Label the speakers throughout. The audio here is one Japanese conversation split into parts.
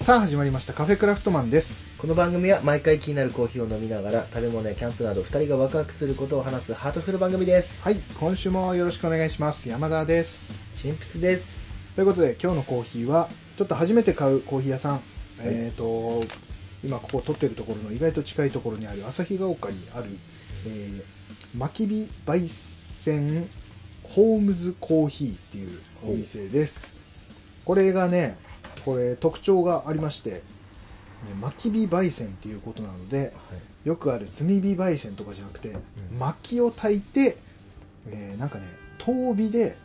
Speaker 1: さあ始まりましたカフェクラフトマンです
Speaker 2: この番組は毎回気になるコーヒーを飲みながら食べ物やキャンプなど2人がワクワクすることを話すハートフル番組です
Speaker 1: はい今週もよろしくお願いします山田です
Speaker 2: チンプスです
Speaker 1: ということで今日のコーヒーはちょっと初めて買うコーヒー屋さん、えっ、と今ここ撮ってるところの意外と近いところにある旭ヶ丘にある、えー、マキビ焙煎ホームズコーヒーっていうお店ですこれがねこれ特徴がありましてマキビ焙煎っていうことなのでよくある炭火焙煎とかじゃなくて、
Speaker 2: ん
Speaker 1: 薪を焚いて、えーなんかね遠火で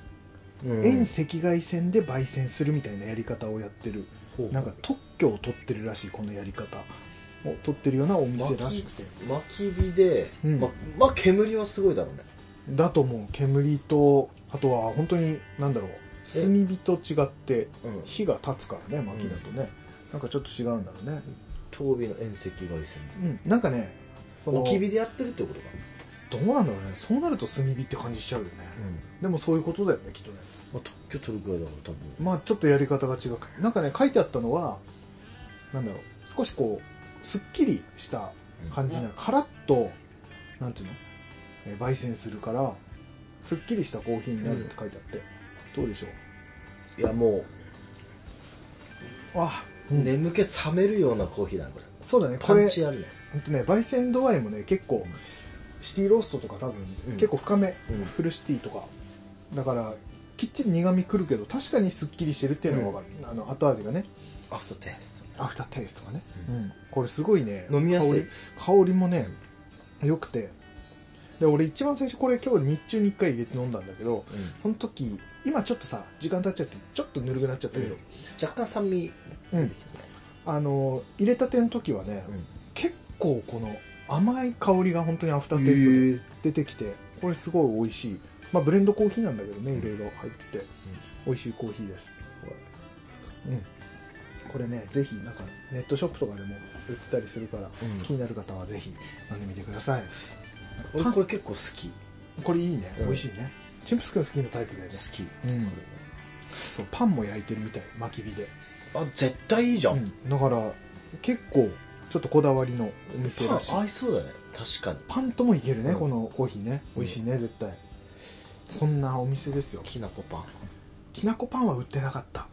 Speaker 2: うん
Speaker 1: 遠赤外線で焙煎するみたいなやり方をやってる、
Speaker 2: ほう
Speaker 1: なんか特許を取ってるらしいこのやり方を取ってるようなお店らしくて
Speaker 2: 薪火で、
Speaker 1: うん
Speaker 2: ままあ煙はすごいだろうね
Speaker 1: だと思う煙とあとは本当になんだろう
Speaker 2: え
Speaker 1: 炭火と違って
Speaker 2: うん
Speaker 1: 火が立つからね薪だとね、なんかちょっと違うんだろうね、
Speaker 2: 遠火の遠赤外線
Speaker 1: うん、なんかねその
Speaker 2: 置き火でやってるってことか、
Speaker 1: どうなんだろうねそうなると炭火って感じしちゃうよね、でもそういうことだよねきっとね
Speaker 2: まあ、特許取るぐらいだから多分
Speaker 1: まあちょっとやり方が違うなんかね書いてあったのはなんだろう少しこうすっきりした感じなのカラッとなんていうの、えー焙煎するからすっきりしたコーヒーになるって書いてあって、どうでしょう
Speaker 2: いやも
Speaker 1: あ、
Speaker 2: う、眠気覚めるようなコーヒーだねこれ
Speaker 1: そうだねこ
Speaker 2: パ
Speaker 1: れ
Speaker 2: ンチあるね
Speaker 1: ほんとね焙煎度合いもね結構シティローストとか多分、
Speaker 2: うん
Speaker 1: 結構深め、
Speaker 2: うん
Speaker 1: フルシティとかだからきっちり苦味くるけど確かにすっきりしてるっていうのが分かる、あの後味がね
Speaker 2: あそうです
Speaker 1: アフターテイストがね、
Speaker 2: うん
Speaker 1: これすごいね
Speaker 2: 飲みやすい
Speaker 1: 香り香りもね良くてで俺一番最初これ今日日中に1回入れて飲んだんだけど
Speaker 2: うん
Speaker 1: その時今ちょっとさ時間経っちゃってちょっとぬるくなっちゃったけど、
Speaker 2: 若干酸味出てきてね、
Speaker 1: あの入れたての時はね、
Speaker 2: うん
Speaker 1: 結構この甘い香りが本当にアフターテイ
Speaker 2: へ
Speaker 1: ス
Speaker 2: ー
Speaker 1: トで出てきてこれすごい美味しい、まあ、ブレンドコーヒーなんだけどねいろいろ入ってて美味しいコーヒーです、うん、これねぜひなんかネットショップとかでも売ってたりするから、
Speaker 2: うん
Speaker 1: 気になる方はぜひ飲んでみてください
Speaker 2: 俺
Speaker 1: パン
Speaker 2: これ結構好き好
Speaker 1: これいいね、
Speaker 2: うん
Speaker 1: 美味しいねチンプス君好きなタイプだよね
Speaker 2: き、
Speaker 1: うん
Speaker 2: こ
Speaker 1: そうパンも焼いてるみたい薪火で、
Speaker 2: れあ絶対いいじゃ
Speaker 1: う
Speaker 2: ん、
Speaker 1: んだから結構ちょっとこだわりのお店
Speaker 2: パ
Speaker 1: らしい
Speaker 2: ン合いそうだね確かに
Speaker 1: パンともいけるね、
Speaker 2: うん
Speaker 1: このコーヒーね美味しいね、絶対そんなお店ですよ
Speaker 2: きなこパン
Speaker 1: きなこパンは売ってなかった、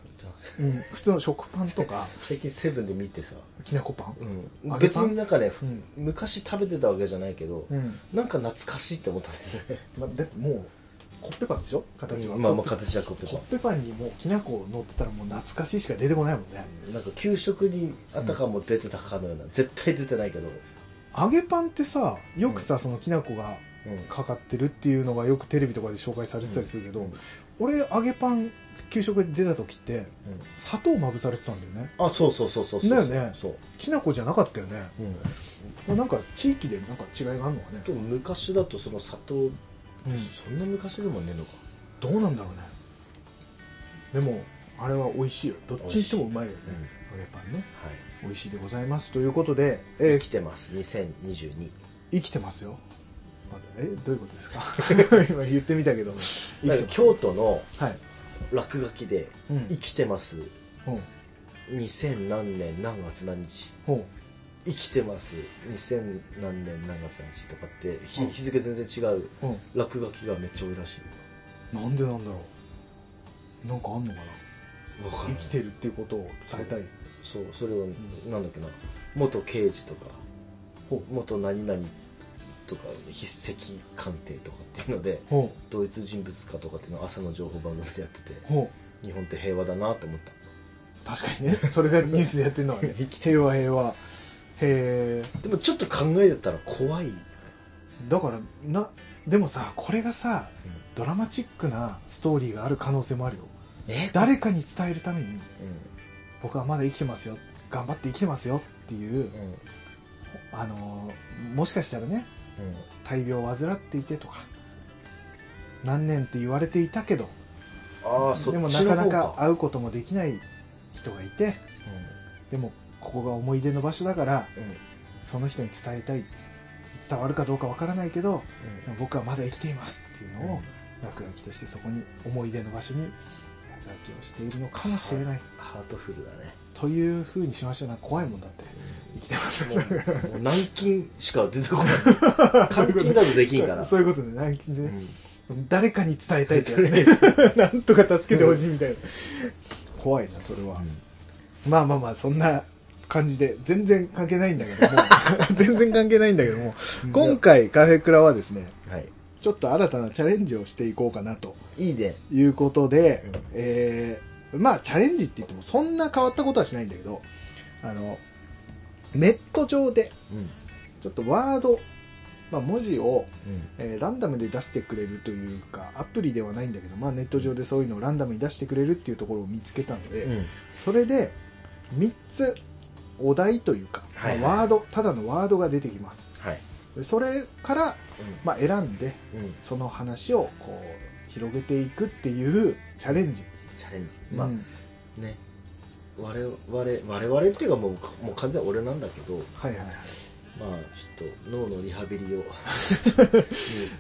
Speaker 1: うん、普通の食パンと か
Speaker 2: 最近セブンで見てさ、
Speaker 1: きなこパン
Speaker 2: う
Speaker 1: 揚
Speaker 2: ん、
Speaker 1: げ
Speaker 2: 別
Speaker 1: パン
Speaker 2: になんかね、
Speaker 1: うん
Speaker 2: 昔食べてたわけじゃないけど、
Speaker 1: うん、
Speaker 2: なんか懐かしいって思ったんだ よね
Speaker 1: ま、だってもうコッペパンでしょ形は、
Speaker 2: まあまあ形はコッペ
Speaker 1: コッ
Speaker 2: パ
Speaker 1: ペパンにもうきな粉乗ってたらもう懐かしいしか出てこないもんね
Speaker 2: ンなんか給食にあたかも出てたかのような、絶対出てないけど、
Speaker 1: 揚げパンってさよくさ、そのきな粉がかかってるっていうのがよくテレビとかで紹介されてたりするけど、
Speaker 2: うん
Speaker 1: 俺揚げパン給食で出た時って
Speaker 2: うん
Speaker 1: 砂糖まぶされてたんだよね
Speaker 2: あそうそうそうそうそう
Speaker 1: だよね
Speaker 2: そう、
Speaker 1: きな粉じゃなかったよね
Speaker 2: うん、
Speaker 1: なんか地域でなんか違いがあるのかね
Speaker 2: でも昔だとその砂糖
Speaker 1: うん
Speaker 2: そんな昔でもねえのか
Speaker 1: どうなんだろうねでもあれは美味しいよどっちにしてもうまいよね
Speaker 2: 美味
Speaker 1: 揚げパンね
Speaker 2: はい
Speaker 1: 美味しいでございますということで、え
Speaker 2: 生
Speaker 1: ー
Speaker 2: きてます2022
Speaker 1: 生きてますよまだえどういうことですか 今言ってみたけど生き
Speaker 2: だ
Speaker 1: て
Speaker 2: から
Speaker 1: ます
Speaker 2: 京都の
Speaker 1: はい、
Speaker 2: 落書きで
Speaker 1: うん
Speaker 2: 「生きてます
Speaker 1: ほう
Speaker 2: 2000何年何月何日
Speaker 1: ほ
Speaker 2: 生きてます2000何年何月何日」とかって日
Speaker 1: うん
Speaker 2: 日付全然違う
Speaker 1: う、うん、
Speaker 2: 落書きがめっちゃ多いらしい
Speaker 1: なんでなんだろうなんかあんのかな
Speaker 2: わか
Speaker 1: 生
Speaker 2: んない
Speaker 1: きてるっていうことを伝えたい
Speaker 2: そうそれをなんだっけな元刑事とか
Speaker 1: ほ
Speaker 2: 元何々とか筆跡鑑定とかっていうので
Speaker 1: ほ
Speaker 2: 同一人物かとかっていうのを朝の情報番組でやってて
Speaker 1: うほ
Speaker 2: 日本って平和だなと思った
Speaker 1: う確かにね それがニュースでやってるのはね
Speaker 2: 生きて
Speaker 1: 平
Speaker 2: ま
Speaker 1: 和
Speaker 2: す
Speaker 1: 平和へえ
Speaker 2: でもちょっと考えたら怖い
Speaker 1: だからなでもさこれがさドラマチックなストーリーがある可能性もあるよ
Speaker 2: え
Speaker 1: 誰かに伝えるために
Speaker 2: う
Speaker 1: 僕はまだ生きてますよ頑張って生きてますよっていう、
Speaker 2: んうん
Speaker 1: あのーもしかしたらね大病を患っていてとか何年って言われていたけど
Speaker 2: ああそっち
Speaker 1: で
Speaker 2: の
Speaker 1: も
Speaker 2: 方
Speaker 1: なかなか
Speaker 2: か
Speaker 1: 会うこともできない人がいてでもここが思い出の場所だから
Speaker 2: うんうん
Speaker 1: その人に伝えたい伝わるかどうかわからないけど僕はまだ生きていますっていうのを落書きとしてそこに思い出の場所に楽器をしているのかもしれない、
Speaker 2: ハートフルだね
Speaker 1: というふうにしましょうな怖いもんだって生きてますね
Speaker 2: もう軟禁しか出てこ ない監禁だとできんから
Speaker 1: そういうことね軟禁で
Speaker 2: う
Speaker 1: ね、
Speaker 2: ん
Speaker 1: 誰かに伝えたいって やつねなんとか助けてほしいみたいな怖いなそれは、まあまあまあそんな感じで全然関係ないんだけど も全然関係ないんだけども今回カフェクラはですね
Speaker 2: はい
Speaker 1: ちょっと新たなチャレンジをしていこうかなと
Speaker 2: いいね
Speaker 1: いうことで、
Speaker 2: うん
Speaker 1: えーまあチャレンジって言ってもそんな変わったことはしないんだけどあのネット上で
Speaker 2: うん
Speaker 1: ちょっとワード、まあ、文字を、
Speaker 2: うん
Speaker 1: えーランダムで出してくれるというかアプリではないんだけど、まあ、ネット上でそういうのをランダムに出してくれるっていうところを見つけたので、
Speaker 2: うん
Speaker 1: それで3つお題というか、
Speaker 2: はいはい
Speaker 1: まあワードただのワードが出てきます
Speaker 2: はい
Speaker 1: でそれから、まあ、選んで
Speaker 2: うんうん
Speaker 1: その話をこう広げていくっていうチャレンジ、
Speaker 2: チャレンジま
Speaker 1: うん
Speaker 2: あね我々我々っていうかもうもう完全に俺なんだけど
Speaker 1: はいはいはい
Speaker 2: まあちょっと脳のリハビ リを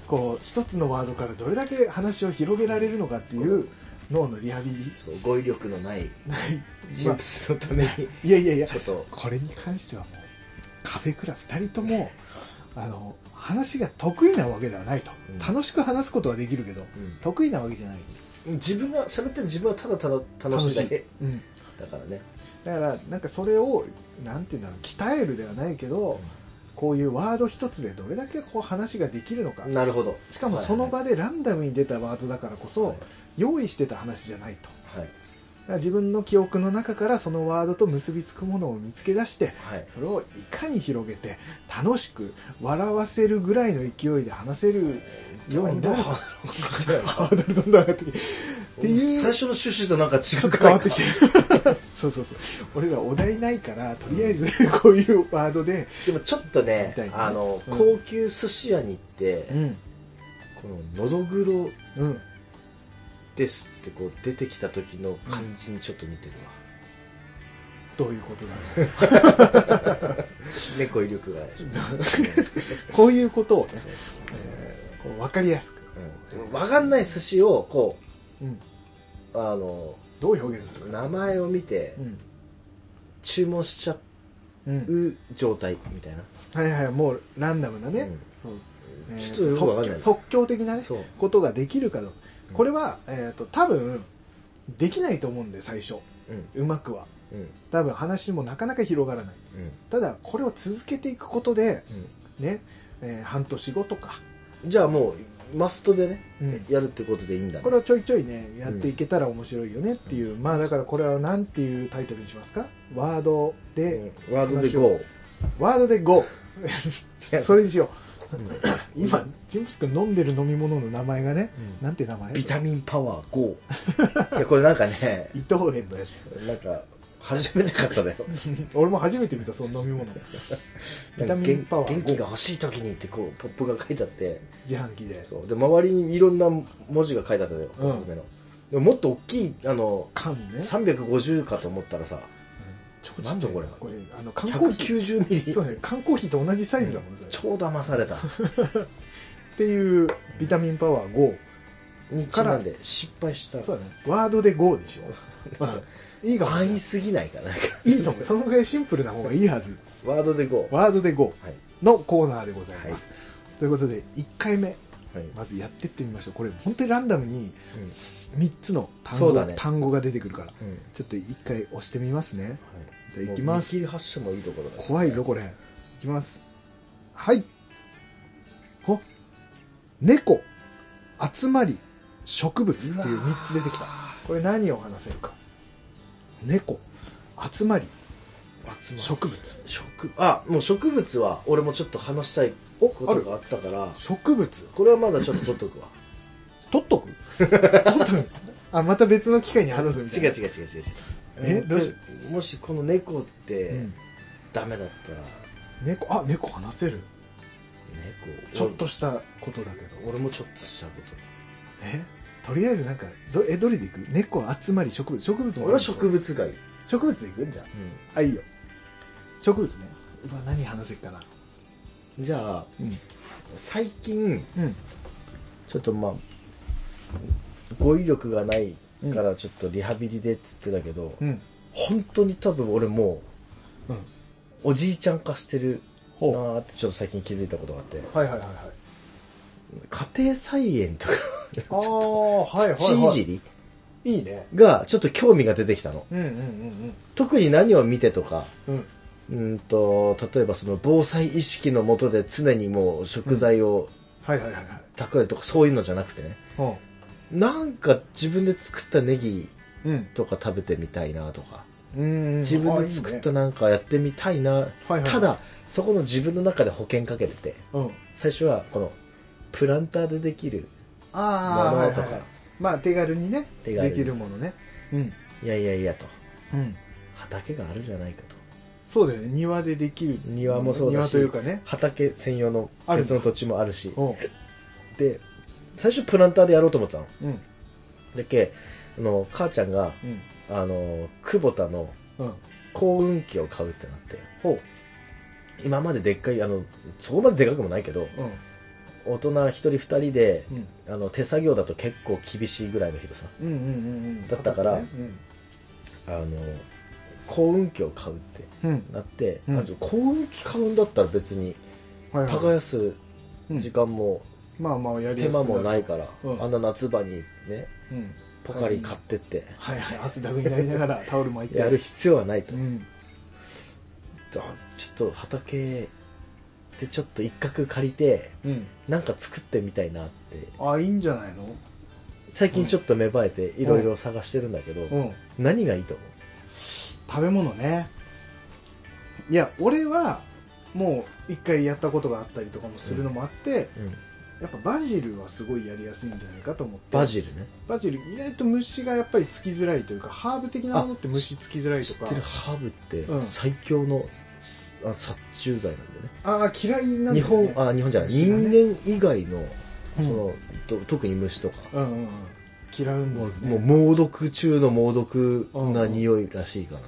Speaker 1: こう一つのワードからどれだけ話を広げられるのかっていう脳のリハビリ
Speaker 2: そう語彙力のない チ
Speaker 1: ま
Speaker 2: ン
Speaker 1: あ
Speaker 2: プスのために
Speaker 1: いやいやいや
Speaker 2: ちょっと
Speaker 1: これに関してはもうカフェクラ2人ともあの話が得意なわけではないと、
Speaker 2: うん
Speaker 1: 楽しく話すことはできるけど、
Speaker 2: うん
Speaker 1: 得意なわけじゃない
Speaker 2: 自分が喋ってる自分はただただ楽しいだけ
Speaker 1: うん、
Speaker 2: だからね
Speaker 1: だからなんかそれをなんていうんだろう鍛えるではないけど、
Speaker 2: ん
Speaker 1: こういうワード一つでどれだけこう話ができるのか
Speaker 2: なるほど
Speaker 1: しかもその場でランダムに出たワードだからこそ、
Speaker 2: はい
Speaker 1: 用意してた話じゃないと
Speaker 2: は
Speaker 1: だ
Speaker 2: い
Speaker 1: から自分の記憶の中からそのワードと結びつくものを見つけ出して
Speaker 2: はい
Speaker 1: それをいかに広げて楽しく笑わせるぐらいの勢いで話せるようになるかハードルどんどん上がってきてっていう
Speaker 2: 最初の趣旨となんか違
Speaker 1: ちょ
Speaker 2: う
Speaker 1: っと変わってきてるそうそうそう俺らお題ないからとりあえずこういうワードで、
Speaker 2: でもちょっと
Speaker 1: み
Speaker 2: ね
Speaker 1: たいな
Speaker 2: あの、
Speaker 1: うん
Speaker 2: 高級寿司屋に行って、
Speaker 1: ん
Speaker 2: こののどぐろ
Speaker 1: うん、
Speaker 2: ですってこう出てきた時の感じにちょっと似てるわ、
Speaker 1: どういうことだろう
Speaker 2: 猫威力がね
Speaker 1: こういうことをね、
Speaker 2: そう
Speaker 1: えーこう分かりやすく、
Speaker 2: うん、分かんない寿司をこ
Speaker 1: うん、
Speaker 2: うあの
Speaker 1: どう表現するか、
Speaker 2: 名前を見て
Speaker 1: うん
Speaker 2: 注文しちゃ
Speaker 1: うん、
Speaker 2: う状態みたいな、
Speaker 1: はいはいもうランダムなね、
Speaker 2: うん
Speaker 1: そうえー
Speaker 2: ちょっとよく分かんない
Speaker 1: 即興即興的なね
Speaker 2: そう
Speaker 1: ことができるかどうか
Speaker 2: うん
Speaker 1: これは、えー、と多分できないと思うんで最初
Speaker 2: うん
Speaker 1: うまくは
Speaker 2: うん
Speaker 1: 多分話もなかなか広がらない
Speaker 2: うん
Speaker 1: ただこれを続けていくことで
Speaker 2: うん
Speaker 1: ね、えー半年後とか、
Speaker 2: じゃあもうマストでね、
Speaker 1: うん
Speaker 2: やるってことでいいんだね
Speaker 1: これをちょいちょいねやっていけたら面白いよねっていう、まあだからこれは何ていうタイトルにしますかワードで、
Speaker 2: うんワードで GO
Speaker 1: ワードで GO それにしよ
Speaker 2: うん
Speaker 1: う今ジンプス君飲んでる飲み物の名前がね、
Speaker 2: うん
Speaker 1: なんて名前
Speaker 2: ビタミンパワー GO いやこれなんかね
Speaker 1: 伊藤園のやつ
Speaker 2: なんか初めて買っただよ
Speaker 1: 俺も初めて見たその飲み 物ビタミンパワー
Speaker 2: 元気が欲しい時にってこうポップが書いてあって
Speaker 1: 自販機で
Speaker 2: そうで周りにいろんな文字が書いてあったのよ、
Speaker 1: うん
Speaker 2: おすすめのでももっと大きいあの
Speaker 1: 缶ね
Speaker 2: 350かと思ったらさ
Speaker 1: 超ちっちゃい
Speaker 2: なんだこれ
Speaker 1: これあの缶コーヒー
Speaker 2: 190ミリ
Speaker 1: そうね 缶コーヒーと同じサイズだもんね、それ
Speaker 2: 超騙された
Speaker 1: っていうビタミンパワー5
Speaker 2: 日なんで失敗した
Speaker 1: そうだねワードで5でしょ、まあ、いいかもしれ
Speaker 2: 安
Speaker 1: な
Speaker 2: 易
Speaker 1: い
Speaker 2: すぎないかな
Speaker 1: いいと思うそのぐらいシンプルな方がいいはず
Speaker 2: ワードで GO は
Speaker 1: ワードで5
Speaker 2: い
Speaker 1: のコーナーでございます、ということで1回目
Speaker 2: はい
Speaker 1: まずやってってみましょうこれ本当にランダムに
Speaker 2: うん
Speaker 1: 3つの単
Speaker 2: そう
Speaker 1: 語,、
Speaker 2: だね
Speaker 1: 単語が出てくるから
Speaker 2: うん
Speaker 1: ちょっと1回押してみますねじゃあ
Speaker 2: はい
Speaker 1: 行きます
Speaker 2: もう見切り発車もいいところだね
Speaker 1: 怖いぞこれいきますはいほ猫集まり植物っていう3つ出てきたこれ何を話せるか猫集まり
Speaker 2: 集まる
Speaker 1: 植物
Speaker 2: 植あもう植物は俺もちょっと話したい
Speaker 1: お
Speaker 2: こ
Speaker 1: あ
Speaker 2: と
Speaker 1: る
Speaker 2: があったから
Speaker 1: 植物
Speaker 2: これはまだちょっと取っとくわ
Speaker 1: 取っとく取っとく あまた別の機会に話すみたい
Speaker 2: 違う
Speaker 1: な
Speaker 2: 違う違う違う違う
Speaker 1: えどうし
Speaker 2: もしこの猫って
Speaker 1: うん
Speaker 2: ダメだったら、
Speaker 1: 猫あ猫話せる
Speaker 2: 猫
Speaker 1: ちょっとしたことだけど
Speaker 2: 俺俺もちょっとしたこ
Speaker 1: えとりあえずなんかどえどれでいく猫集まり植物植物
Speaker 2: と
Speaker 1: も
Speaker 2: 俺は植物がいい、
Speaker 1: 植物でいくんじゃんあいいよ植物ねうわ何話せっかな
Speaker 2: じゃあ
Speaker 1: うん
Speaker 2: 最近
Speaker 1: うん
Speaker 2: ちょっとまあ語彙力がない
Speaker 1: うん
Speaker 2: からちょっとリハビリでっつってたけど、
Speaker 1: うん
Speaker 2: 本当に多分俺も
Speaker 1: うん
Speaker 2: うおじいちゃん化してるな
Speaker 1: ほう
Speaker 2: ーってちょっと最近気づいたことがあって
Speaker 1: はいはいはいはい
Speaker 2: 家庭菜園とかち
Speaker 1: あ
Speaker 2: ょ
Speaker 1: あ
Speaker 2: っ
Speaker 1: はい
Speaker 2: と
Speaker 1: は
Speaker 2: 土
Speaker 1: い
Speaker 2: い
Speaker 1: は
Speaker 2: じり
Speaker 1: いいいね
Speaker 2: がちょっと興味が出てきたの
Speaker 1: うんうん
Speaker 2: 特に何を見てとか
Speaker 1: うんうん
Speaker 2: うんと例えばその防災意識のもとで常にもう食材を
Speaker 1: はいはいはいはい
Speaker 2: 蓄えるとかそういうのじゃなくてねなんか自分で作ったネギ
Speaker 1: うんうん
Speaker 2: とか食べてみたいなとか
Speaker 1: うん
Speaker 2: 自分で作ったなんかやってみたいな、
Speaker 1: はいはい
Speaker 2: ただそこの自分の中で保険かけてて
Speaker 1: うん
Speaker 2: 最初はこのプランターでできる
Speaker 1: ああ
Speaker 2: も
Speaker 1: は
Speaker 2: の
Speaker 1: い
Speaker 2: とか
Speaker 1: はいはいまあ手軽にね
Speaker 2: 手軽に
Speaker 1: できるものねうん
Speaker 2: いやいやいやと
Speaker 1: うん
Speaker 2: 畑があるじゃないかと
Speaker 1: そうだよね庭でできる
Speaker 2: 庭もそうだ
Speaker 1: 庭
Speaker 2: し
Speaker 1: というかね
Speaker 2: 畑専用の
Speaker 1: ある
Speaker 2: 別の土地もあるし
Speaker 1: うん
Speaker 2: で最初プランターでやろうと思ったの
Speaker 1: うん
Speaker 2: だっけあの母ちゃんが
Speaker 1: うん
Speaker 2: あの久保田の
Speaker 1: うん
Speaker 2: 幸運機を買うってなって
Speaker 1: ほ
Speaker 2: 今まででっかいあのそこまででかくもないけど
Speaker 1: ううん
Speaker 2: 大人一人二人で
Speaker 1: うん
Speaker 2: あの手作業だと結構厳しいぐらいの広さ
Speaker 1: うんうんうんうん
Speaker 2: だったから
Speaker 1: うん
Speaker 2: あの幸運機を買うって
Speaker 1: うん
Speaker 2: なって、
Speaker 1: うん
Speaker 2: あじゃあ幸運機買うんだったら別に
Speaker 1: はいはい
Speaker 2: 耕す時間も
Speaker 1: まあまあやりや
Speaker 2: 手
Speaker 1: すく
Speaker 2: 間もないいから、
Speaker 1: うん
Speaker 2: あんな夏場にね
Speaker 1: うん
Speaker 2: ポカリ買ってって
Speaker 1: はいはい汗だくになりながらタオル巻いて
Speaker 2: やる必要はないと、
Speaker 1: うん
Speaker 2: あちょっと畑でちょっと一角借りて
Speaker 1: うん
Speaker 2: なんか作ってみたいなって
Speaker 1: あいいんじゃないの
Speaker 2: 最近ちょっと芽生えていろいろ探してるんだけど、
Speaker 1: うん
Speaker 2: 何がいいと思
Speaker 1: 食べ物ねいや俺はもう一回やったことがあったりとかもするのもあって、
Speaker 2: う、
Speaker 1: やっぱバジルはすごいやりやすいんじゃないかと思って
Speaker 2: バジルね
Speaker 1: バジル意外と虫がやっぱりつきづらいというかハーブ的なものって虫つきづらい
Speaker 2: 知
Speaker 1: と
Speaker 2: ってる
Speaker 1: か
Speaker 2: ハーブって
Speaker 1: うん
Speaker 2: 最強の、あ殺虫剤なんだよね
Speaker 1: ああ嫌いなんだよ、ね、
Speaker 2: 日本あ日本じゃない、
Speaker 1: 虫がね
Speaker 2: 人間以外の
Speaker 1: う
Speaker 2: そ
Speaker 1: ん
Speaker 2: の、と特に虫とか、
Speaker 1: うんうんうん嫌うんだ
Speaker 2: も
Speaker 1: よ
Speaker 2: う
Speaker 1: ね
Speaker 2: もう猛毒中の猛毒な匂いらしいからね、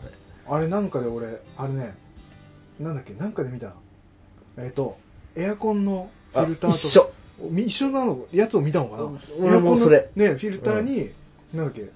Speaker 1: あれなんかで俺あれねなんだっけなんかで見たえっ、とエアコンのフィルターと
Speaker 2: あ
Speaker 1: か
Speaker 2: 一緒
Speaker 1: み一緒なのやつを見たのかな
Speaker 2: うん俺もそれ
Speaker 1: エアコンのねフィルターに、なんだっけ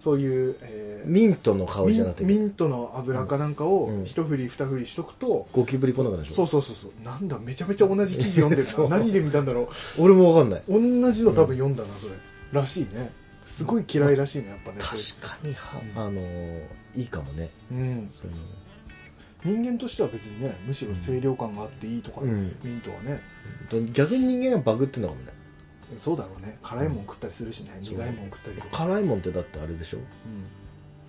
Speaker 1: そういう、えー
Speaker 2: ミントの香り
Speaker 1: ミ
Speaker 2: じゃな
Speaker 1: ン
Speaker 2: くて
Speaker 1: ミントの油かなんかを
Speaker 2: うん
Speaker 1: 一振り二振りしとくと、
Speaker 2: ゴキブリ来なくなるでし
Speaker 1: そ
Speaker 2: ょ
Speaker 1: うそうそうそうなんだめちゃめちゃ同じ記事読んで
Speaker 2: そ
Speaker 1: る
Speaker 2: う
Speaker 1: な何で見たんだろ
Speaker 2: 俺もわかんないう
Speaker 1: 同じの多分読んだなそれ、らしいねすごい嫌いらしいねやっぱね
Speaker 2: 確かには、
Speaker 1: うん
Speaker 2: あのーいいかもね
Speaker 1: うん、
Speaker 2: そういうの
Speaker 1: 人間としては別にねむしろ清涼感があっていいとか、
Speaker 2: うん
Speaker 1: ミントはね
Speaker 2: 逆に人間がバグってんのかもね
Speaker 1: そうだろうね辛いもん食ったりするしね、
Speaker 2: そう
Speaker 1: 苦いもん食ったりとか、
Speaker 2: 辛いもんってだってあれでしょ
Speaker 1: うん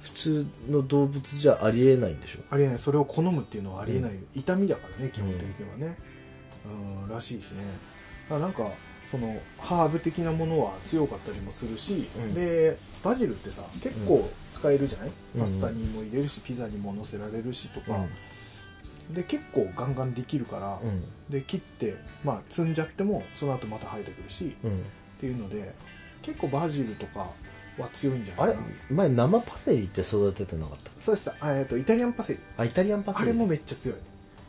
Speaker 2: 普通の動物じゃありえないんでしょ
Speaker 1: ありえないそれを好むっていうのはありえない、痛みだからね基本的にはねうんらしいしねだからなんかそのハーブ的なものは強かったりもするし、
Speaker 2: うん
Speaker 1: でバジルってさ結構使えるじゃない、
Speaker 2: うん
Speaker 1: パスタにも入れるしピザにも乗せられるしとか、で結構ガンガンできるから、
Speaker 2: うん
Speaker 1: で切ってまあ積んじゃってもその後また生えてくるし
Speaker 2: うん、
Speaker 1: っていうので結構バジルとかは強いんじゃな
Speaker 2: あ
Speaker 1: いか
Speaker 2: れ
Speaker 1: な
Speaker 2: 前生パセリって育ててなかった
Speaker 1: そうですあえっとイタリアンパセリ
Speaker 2: あイタリアンパセ
Speaker 1: あ
Speaker 2: リ
Speaker 1: れもめっちゃ強い、
Speaker 2: へ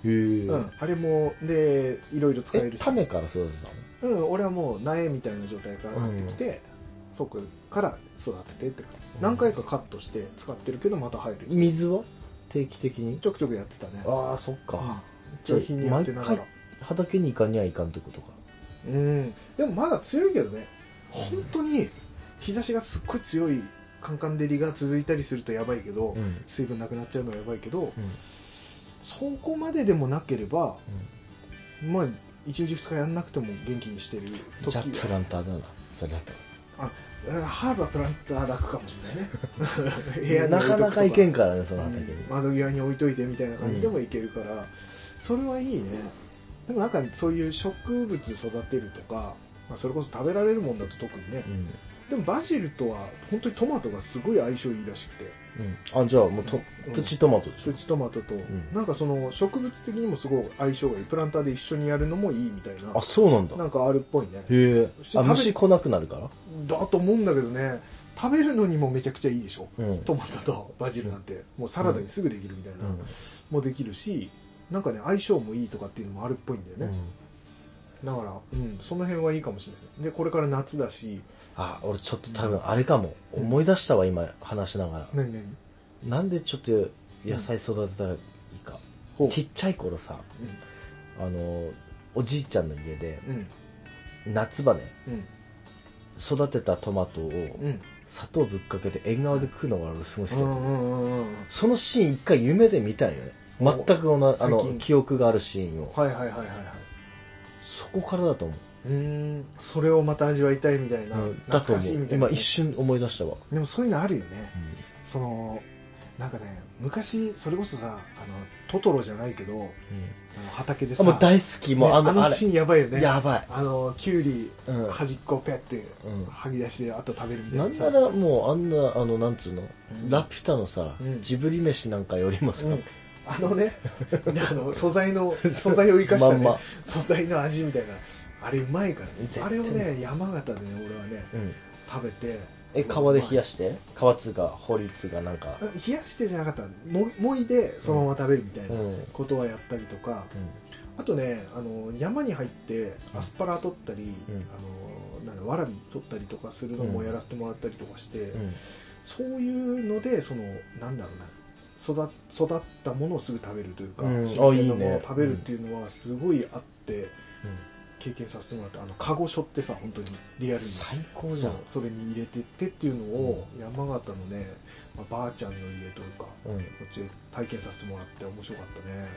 Speaker 2: え、
Speaker 1: うん、あれもでいろいろ使え
Speaker 2: え
Speaker 1: るし
Speaker 2: 種から育てたの
Speaker 1: うん、俺はもう苗みたいな状態から買ってきて、そこから育ててって感じ
Speaker 2: うん
Speaker 1: 何回かカットして使ってるけどまた生えてきて
Speaker 2: 水は定期的に
Speaker 1: ちょくちょくやってたね
Speaker 2: ああそっ
Speaker 1: うん
Speaker 2: か、
Speaker 1: 上品にやってなが
Speaker 2: じ
Speaker 1: ら
Speaker 2: ゃ畑に行かにはいかんってことか
Speaker 1: うんでもまだ強いけどね本当に日差しがすっごい強いカンカン照りが続いたりするとやばいけど、
Speaker 2: うん
Speaker 1: 水分なくなっちゃうのはやばいけど、
Speaker 2: うん
Speaker 1: そこまででもなければまあ1日2日やんなくても元気にしてる
Speaker 2: じ
Speaker 1: 時
Speaker 2: ゃあプ
Speaker 1: は
Speaker 2: ランターだなそれだった
Speaker 1: あうんハーブはプランター楽かもしれないね部屋
Speaker 2: ら
Speaker 1: に 置
Speaker 2: な
Speaker 1: とく
Speaker 2: い
Speaker 1: と
Speaker 2: かなか行けんからねその畑に、
Speaker 1: うん窓際に置いといてみたいな感じでもいけるから、それはいいねでもなんかそういう植物育てるとか、まあ、それこそ食べられるもんだと特にね
Speaker 2: う、ん
Speaker 1: でもバジルとは本当にトマトがすごい相性いいらしくて
Speaker 2: うん、あじゃあもうと、
Speaker 1: うん
Speaker 2: プチトマトでしょ
Speaker 1: プチトマトと、
Speaker 2: ん
Speaker 1: なんかその植物的にもすごい相性がいいプランターで一緒にやるのもいいみたいな
Speaker 2: あそうなんだ
Speaker 1: なんかあるっぽいね
Speaker 2: へえ
Speaker 1: し食
Speaker 2: あ
Speaker 1: べ
Speaker 2: 虫来なくなるか
Speaker 1: だと思うんだけどね食べるのにもめちゃくちゃいいでしょ、
Speaker 2: らうん
Speaker 1: トマトとバジルなんてもうサラダにすぐできるみたいな、もできるしなんかね相性もいいとかっていうのもあるっぽいんだよ
Speaker 2: うん
Speaker 1: ね、だから、うん、その辺はいいかもしれない。で、これから夏だし、
Speaker 2: あ、俺ちょっと多分あれかも。思い出したわ、今、話しながら。
Speaker 1: 何何
Speaker 2: なんでちょっと野菜育てたらいいか。
Speaker 1: ほう。
Speaker 2: ちっちゃい頃さ、あの、おじいちゃんの家で、
Speaker 1: うん。うん。
Speaker 2: 夏場ね、
Speaker 1: うん。
Speaker 2: 育てたトマトを
Speaker 1: うん。
Speaker 2: 砂糖ぶっかけて縁側で食うのが俺すごい好きだった。
Speaker 1: うんうんうん。
Speaker 2: そのシーン一回夢で見たいよね。全く同じ、あ
Speaker 1: 最
Speaker 2: の、
Speaker 1: 近
Speaker 2: 記憶があるシーンを。
Speaker 1: はいはいはいはいはい。
Speaker 2: そこからだと思う。
Speaker 1: うーん。それをまた味わいたいみたいな。
Speaker 2: だと
Speaker 1: 懐かしい
Speaker 2: 思
Speaker 1: み
Speaker 2: う。
Speaker 1: たいな
Speaker 2: 今
Speaker 1: ね。
Speaker 2: 一瞬思い出したわ。
Speaker 1: でもそういうのあるよね。その、なんかね、昔、それこそさ、あの、トトロじゃないけど、あの畑で
Speaker 2: あ
Speaker 1: さ、
Speaker 2: もう大好き。もう
Speaker 1: ね
Speaker 2: あの、あ
Speaker 1: シーンやばいよ
Speaker 2: れ。
Speaker 1: ね。
Speaker 2: やばい。
Speaker 1: あの、キュウリ、
Speaker 2: うん
Speaker 1: 端っこをペッて、
Speaker 2: うん
Speaker 1: 剥ぎ出して、あと食べるみたい
Speaker 2: な
Speaker 1: なんさ。
Speaker 2: ならもうあんな、あの、なんつうの、ラピュタのさ、
Speaker 1: うん
Speaker 2: ジブリ飯なんかよりもさ、
Speaker 1: うんあの ね、あの素材の、素材を生かしたね、
Speaker 2: まんま
Speaker 1: 素材の味みたいな、あれうまいからね
Speaker 2: 絶。対
Speaker 1: あれをね、山形でね、俺はね、
Speaker 2: うん
Speaker 1: 食べて。
Speaker 2: え、川で冷や
Speaker 1: し
Speaker 2: して川津が、堀津がなんか、。
Speaker 1: 冷やしてじゃなかったも、もいでそのまま食べるみたいうなんことはやったりとか、
Speaker 2: う
Speaker 1: あとね、あの、山に入ってアスパラ取ったり、
Speaker 2: う
Speaker 1: あ
Speaker 2: ん
Speaker 1: の、なんだわらび取ったりとかするのも
Speaker 2: うん
Speaker 1: やらせてもらったりとかして、
Speaker 2: ん。うん。
Speaker 1: そういうので、その、なんだろうな、育育ったものをすぐ食べるというか、
Speaker 2: うん
Speaker 1: 新
Speaker 2: あい
Speaker 1: 鮮
Speaker 2: い
Speaker 1: な
Speaker 2: ね
Speaker 1: ものを食べるっていうのは、すごいあって、経験させてもらった、あの、カゴ書ってさ、本当にリアルに。
Speaker 2: 最高じ
Speaker 1: そ
Speaker 2: ゃ。
Speaker 1: うんそれに入れてってっていうのを、山形のね、まあ、ばあちゃんの家というか、こ
Speaker 2: うん。
Speaker 1: っちで体験させてもらって面白かったね。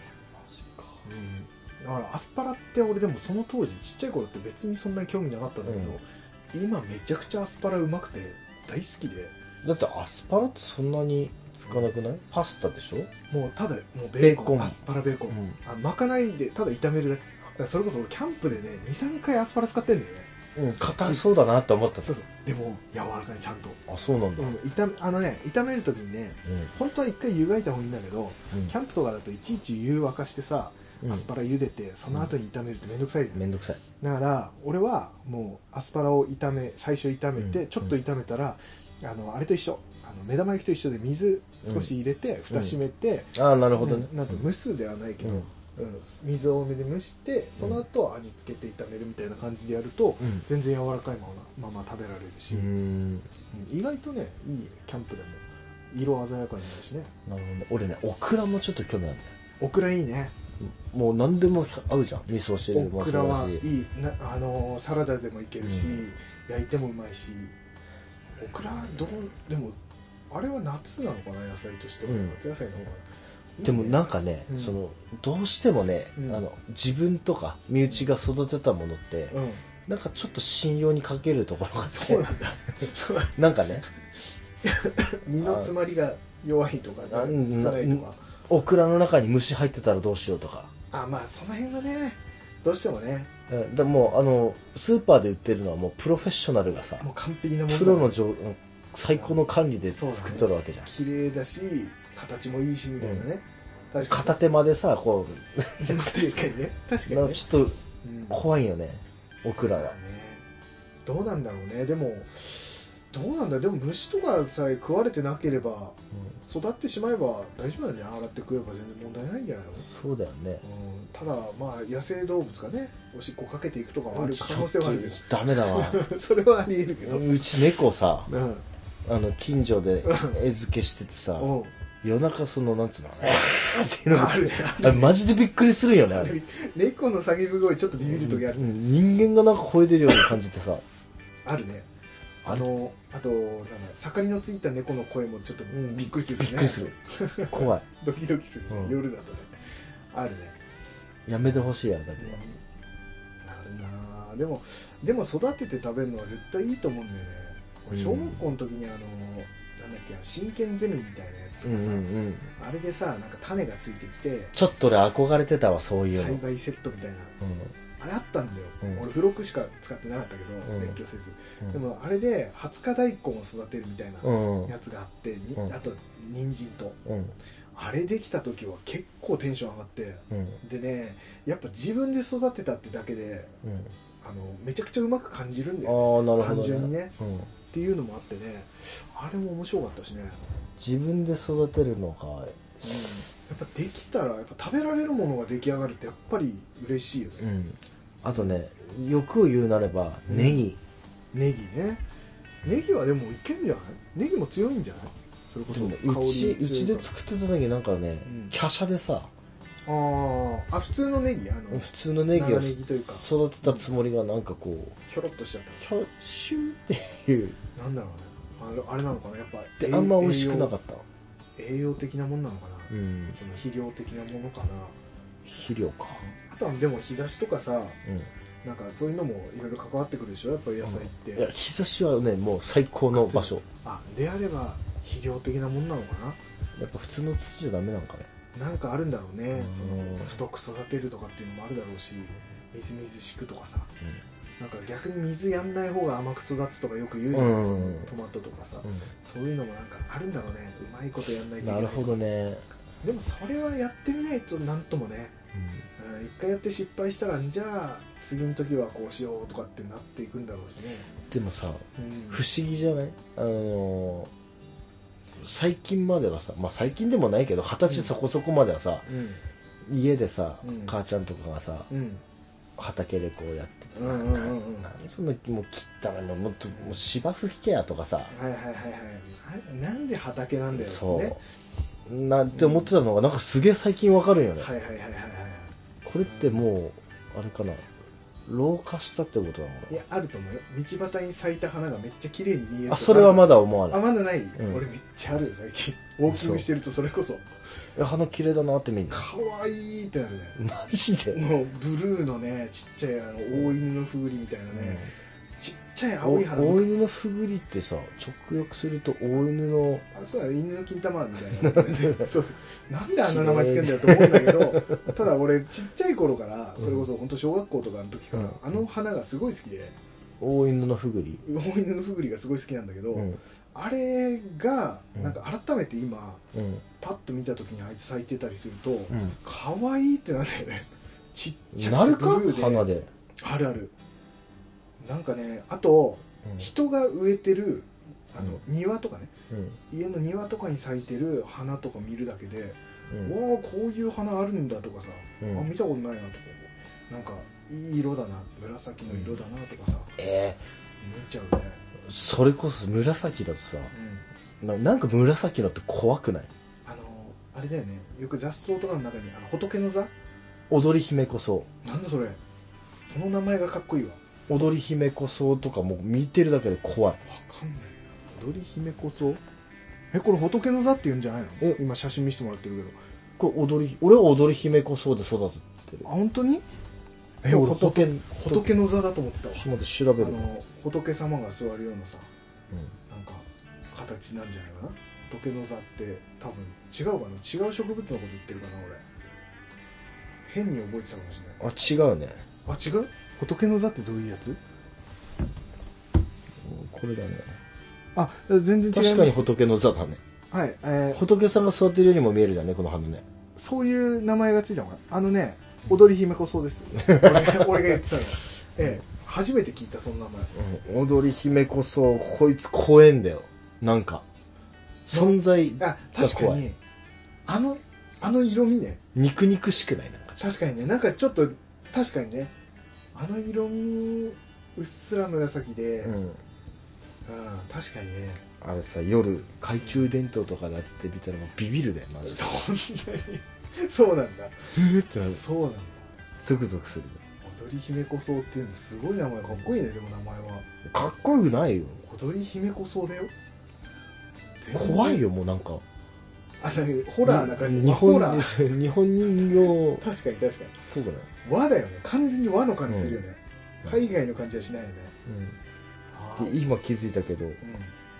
Speaker 1: うん、だからアスパラって俺でもその当時ちっちゃい頃って別にそんなに興味なかったんだけど、今めちゃくちゃアスパラうまくて大好きで
Speaker 2: だってアスパラってそんなにつかなくないパスタでしょ
Speaker 1: もうただもうベーコン
Speaker 2: ベーコン
Speaker 1: アスパラベーコン、
Speaker 2: うん
Speaker 1: あ巻かないでただ炒めるだけだからそれこそ俺キャンプでね23回アスパラ使ってんだよね
Speaker 2: うん、硬そうだなって思った
Speaker 1: そうそうでも柔らかいちゃんと、
Speaker 2: あ、そうなん
Speaker 1: う
Speaker 2: だ。
Speaker 1: ん、炒めあのね炒める時にね
Speaker 2: うん。
Speaker 1: 本当は一回湯がいた方がいいんだけど
Speaker 2: うん
Speaker 1: キャンプとかだといちいち湯沸かしてさ
Speaker 2: うん
Speaker 1: アスパラ茹でてその後に炒めるってめんどくさいじゃん
Speaker 2: めんどくさい。
Speaker 1: だから俺はもうアスパラを炒め最初炒めて、
Speaker 2: うん
Speaker 1: ちょっと炒めたら、あのあれと一緒あの目玉焼きと一緒で水少し入れて、蓋閉めて、
Speaker 2: ああ、なるほどね。
Speaker 1: うんなんと蒸すではないけ
Speaker 2: う
Speaker 1: ど、
Speaker 2: ん。
Speaker 1: うん水多めで蒸してその後味付けて炒めるみたいな感じでやると、
Speaker 2: うん
Speaker 1: 全然柔らかいまままま食べられるし、
Speaker 2: うーん。
Speaker 1: うん意外とねいいキャンプでも色鮮やかになるしね
Speaker 2: なるほどね。俺ね、オクラもちょっと興味あるね。
Speaker 1: オクラいいね
Speaker 2: もう何でも合うじゃん。味噌汁
Speaker 1: オ
Speaker 2: も
Speaker 1: ク
Speaker 2: そ
Speaker 1: ラ
Speaker 2: うだ
Speaker 1: はい
Speaker 2: し。
Speaker 1: いな、あのーサラダでもいけるし、
Speaker 2: う
Speaker 1: 焼いてもうまいしオクラどうでもあれは夏なのかな野菜としては、
Speaker 2: うん
Speaker 1: 夏野菜の方がいいね
Speaker 2: でもなんかね、
Speaker 1: うん
Speaker 2: その、どうしてもね、
Speaker 1: うん
Speaker 2: あの、自分とか身内が育てたものって、
Speaker 1: うん
Speaker 2: なんかちょっと信用に欠けるところがあっ
Speaker 1: そ
Speaker 2: て
Speaker 1: う、なんだ
Speaker 2: なんかね、
Speaker 1: 身の詰まりが弱いとか
Speaker 2: あうん
Speaker 1: つかないとか
Speaker 2: オクラの中に虫入ってたらどうしようとか。
Speaker 1: あまあその辺はねどうしてもね
Speaker 2: うんでもう、あの、スーパーで売ってるのはもうプロフェッショナルがさ、
Speaker 1: もう完璧なもの
Speaker 2: プロの上最高の管理で作っとるわけじゃん。
Speaker 1: 綺麗だし形もいいしみたいなね、確か
Speaker 2: 片手間でさ、こ
Speaker 1: に確かにね確
Speaker 2: う、
Speaker 1: か
Speaker 2: な
Speaker 1: に
Speaker 2: んか
Speaker 1: ね
Speaker 2: ちょっと
Speaker 1: うん
Speaker 2: 怖いよね、オクラ
Speaker 1: ま
Speaker 2: が
Speaker 1: あ。ねどうなんだろうねでもどうなんだでも虫とかさえ食われてなければ育ってしまえば大丈夫だよね洗って食えば全然問題ないんじゃないの、
Speaker 2: そうだよね。
Speaker 1: うん、ただまあ野生動物がねおしっこかけていくとかはある可能性はある
Speaker 2: ちょっとダメだ わ。
Speaker 1: けどそれはあり得るけど、うん
Speaker 2: うち猫さ、
Speaker 1: うん
Speaker 2: あの、近所で餌付けしててさ、夜中その、なんつうの、あーっていうのが
Speaker 1: あるね
Speaker 2: あれマジでびっくりするよね、あ
Speaker 1: あ
Speaker 2: れ。
Speaker 1: れ猫の叫び声ちょっとビビるときある,、
Speaker 2: うん人間がなんか吠えてるように感じてさ、
Speaker 1: あるねあのあとなんだ盛りのついた猫の声もちょっと
Speaker 2: ん
Speaker 1: びっくりする
Speaker 2: びっ
Speaker 1: ね
Speaker 2: くりする。怖い。
Speaker 1: ドキドキする、
Speaker 2: うん
Speaker 1: 夜だとねあるね
Speaker 2: やめてほしいやんだけ
Speaker 1: あるなあでもでも育てて食べるのは絶対いいと思うんだよね俺
Speaker 2: うん
Speaker 1: 小学校の時にあの、なんだっけ真剣ゼミみたいなやつと
Speaker 2: ど。う
Speaker 1: か
Speaker 2: ん
Speaker 1: さ、
Speaker 2: うんうん。
Speaker 1: あれでさなんか種がついてきて
Speaker 2: ちょっと俺憧れてたわ、そういうの。
Speaker 1: 栽培セットみたいなあれあったんだよ、
Speaker 2: うん
Speaker 1: 俺付録しか使ってなかったけど、
Speaker 2: うん
Speaker 1: 勉強せず、
Speaker 2: うん
Speaker 1: でもあれで二十日大根を育てるみたいな
Speaker 2: うん。うん
Speaker 1: やつがあって、に
Speaker 2: うん
Speaker 1: あと人参と
Speaker 2: うん。
Speaker 1: あれできた時は結構テンション上がって
Speaker 2: うん。
Speaker 1: でねやっぱ自分で育てたってだけで
Speaker 2: うん。
Speaker 1: あのめちゃくちゃうまく感じるんだ
Speaker 2: ああ
Speaker 1: よ
Speaker 2: ー、なるほど、ね。
Speaker 1: 単純にね
Speaker 2: うん。
Speaker 1: っていうのもあってねあれも面白かったしね、うん、や
Speaker 2: 自分で育てるのか。
Speaker 1: っぱできたらやっぱ食べられるものが出来上がるってやっぱり嬉しいよ
Speaker 2: う
Speaker 1: ね、
Speaker 2: ん。あとね欲を言うなれば
Speaker 1: うん
Speaker 2: ネギ、
Speaker 1: ネギねネギはでもいけんじゃないネギも強いんじゃないそれこそ
Speaker 2: でもうち
Speaker 1: 香り
Speaker 2: うち
Speaker 1: 強い
Speaker 2: で
Speaker 1: か
Speaker 2: 作ってた時なんかね、
Speaker 1: ん
Speaker 2: 華奢でさ
Speaker 1: らあーあ普通のネギあの
Speaker 2: 普通のネギ
Speaker 1: 長
Speaker 2: を
Speaker 1: ネギというか
Speaker 2: 育てたつもりがなんかこう
Speaker 1: ひょろっとしちゃった
Speaker 2: キャシューっていう
Speaker 1: なんだろうねあれあれなのかなやっぱ
Speaker 2: であんま美味しくなか
Speaker 1: っ
Speaker 2: った、
Speaker 1: た栄養的なもんなのかな、
Speaker 2: うん、
Speaker 1: その肥料的なものかな
Speaker 2: 肥料か、
Speaker 1: あとはでも日差しとかさ
Speaker 2: うん、
Speaker 1: なんかそういうのもいろいろ関わってくるでしょやっぱり野菜って、
Speaker 2: いや日差しはねもう最高の場所
Speaker 1: あであれば肥料的なもんなのか
Speaker 2: やっぱ普通の土じゃダメなんかね
Speaker 1: ななんかあるんだろうね、
Speaker 2: うん
Speaker 1: その太く育てるとかっていうのもあるだろうしみずみずしくとかさなんか逆に水やんない方が甘く育つとかよく言うじゃないですか、
Speaker 2: うんうんうん
Speaker 1: トマトとかさ、
Speaker 2: うん、
Speaker 1: そういうのもなんかあるんだろうねうまいことやんないといけな
Speaker 2: ないるほどね、
Speaker 1: でもそれはやってみないとなんともねうん一回やって失敗したらじゃあ次の時はこうしようとかってなっていくんだろうしね、
Speaker 2: でもさ
Speaker 1: うん、
Speaker 2: 不思議じゃないあのー最近まではさ、まあ、最近でもないけど二十歳そこそこまではさ、
Speaker 1: うん
Speaker 2: 家でさ、
Speaker 1: うん
Speaker 2: 母ちゃんとかがさ
Speaker 1: うん
Speaker 2: 畑でこうやってて、
Speaker 1: うんうんうんうん
Speaker 2: 何そんなもう切ったらもうもっともう芝生引けやとかさ、
Speaker 1: はいはいはいはいななんで畑なんだよ
Speaker 2: そう、
Speaker 1: ね
Speaker 2: なんて思ってたのがなんかすげえ最近わかるよね、
Speaker 1: はいはいはいはいは
Speaker 2: これってもうあれかな老化したってことなのか
Speaker 1: いいやあると思うよ道端に咲いた花がめっちゃ綺麗に見える
Speaker 2: なあそれはま
Speaker 1: だ
Speaker 2: だ思わな
Speaker 1: あ
Speaker 2: い
Speaker 1: まだない、
Speaker 2: ん
Speaker 1: 俺めっちゃあるよ最近ウォーキングしてるとそれこそ
Speaker 2: え花綺麗だなって見るの
Speaker 1: かわいいってなるね
Speaker 2: マジで、
Speaker 1: もうブルーのねちっちゃいあの大犬の風鈴みたいなね、ちっちゃい
Speaker 2: お
Speaker 1: 青い花
Speaker 2: 大犬のふぐりってさ直訳すると大犬の
Speaker 1: あそうだね犬の金玉みたいな、 そうそうなんであんな名前つけんだよと思うんだけどただ俺ちっちゃい頃からそれこそ本当小学校とかの時から、
Speaker 2: うん
Speaker 1: あの花がすごい好きで
Speaker 2: 大犬のふぐり、
Speaker 1: 大犬のふぐりがすごい好きなんだけど、
Speaker 2: うん
Speaker 1: あれが
Speaker 2: うん
Speaker 1: なんか改めて今
Speaker 2: うん
Speaker 1: パッと見た時にあいつ咲いてたりすると、
Speaker 2: うん、
Speaker 1: 可愛かわいいってなんだよね ちっちゃ
Speaker 2: な
Speaker 1: く
Speaker 2: る
Speaker 1: て
Speaker 2: か
Speaker 1: ブルーで
Speaker 2: 花で、
Speaker 1: あるあるなんかねあと人が植えてるあの、庭とかね
Speaker 2: うん
Speaker 1: 家の庭とかに咲いてる花とか見るだけで、
Speaker 2: うん
Speaker 1: わあこういう花あるんだとかさ、
Speaker 2: うん
Speaker 1: あ見たことないなとかなんかいい色だな紫の色だなとかさ、
Speaker 2: え
Speaker 1: 見ちゃうね、
Speaker 2: ーそれこそ紫だとさ
Speaker 1: うん、
Speaker 2: ななんか紫のって怖くない
Speaker 1: あのあれだよねよく雑草とかの中にあの仏の座
Speaker 2: 踊り姫こそ
Speaker 1: なんだそれその名前がかっこいいわ
Speaker 2: 踊り姫こそとかもう見てるだけで怖い
Speaker 1: わかんない踊り姫こそえこれ仏の座って言うんじゃないの
Speaker 2: え
Speaker 1: 今写真見せてもらってるけど
Speaker 2: これ踊り俺は踊り姫こそで育ててる
Speaker 1: あ本当にえ
Speaker 2: え俺
Speaker 1: 仏
Speaker 2: 仏
Speaker 1: 仏の座だと思ってたわ
Speaker 2: ちょっと待って調べ
Speaker 1: あ
Speaker 2: る、うん、
Speaker 1: の仏様が座るようなさなんか形なんじゃないかな仏の座って多分違うかな違う植物のこと言ってるかな俺変に覚えてたかもしれない
Speaker 2: あ違うね
Speaker 1: あ違う仏の座ってどういうやつ
Speaker 2: うんこれだね
Speaker 1: あ全然違います
Speaker 2: 確かに仏の座だね
Speaker 1: はい、えー
Speaker 2: 仏さんが座ってるようにも見えるじゃんねこの花ね
Speaker 1: そういう名前がついたのかなあのね踊り姫こそうです俺が俺が言ってたのええ初めて聞いたその名前
Speaker 2: 踊り姫こそこいつ怖えんだよなんか存在
Speaker 1: あ確か
Speaker 2: 怖
Speaker 1: にあのあの色味ね
Speaker 2: 肉肉しくないなんか
Speaker 1: 確かにねなんかちょっと確かにねあの色味うっすら紫で、うん
Speaker 2: ん
Speaker 1: 確かにね
Speaker 2: あれさ夜懐中電灯とかで当ててみたらもうビビるねマジで
Speaker 1: そんなにそうなんだ
Speaker 2: うってなる
Speaker 1: そうなんだ
Speaker 2: ゾクゾクするね
Speaker 1: 踊り姫こそうっていうのすごい名前かっこいいねでも名前は
Speaker 2: かっこよくないよ
Speaker 1: 踊り姫こそうだよ全然
Speaker 2: 怖いよもうなんか
Speaker 1: あなんかホラーな感じ
Speaker 2: 日
Speaker 1: まあホ
Speaker 2: 本
Speaker 1: ラー
Speaker 2: 日本人形っ
Speaker 1: 確かに確かに
Speaker 2: ぽくない、
Speaker 1: 和だよね完全に和の感じするよね、
Speaker 2: うん
Speaker 1: 海外の感じはしないよねあー
Speaker 2: で今気づいたけど
Speaker 1: うん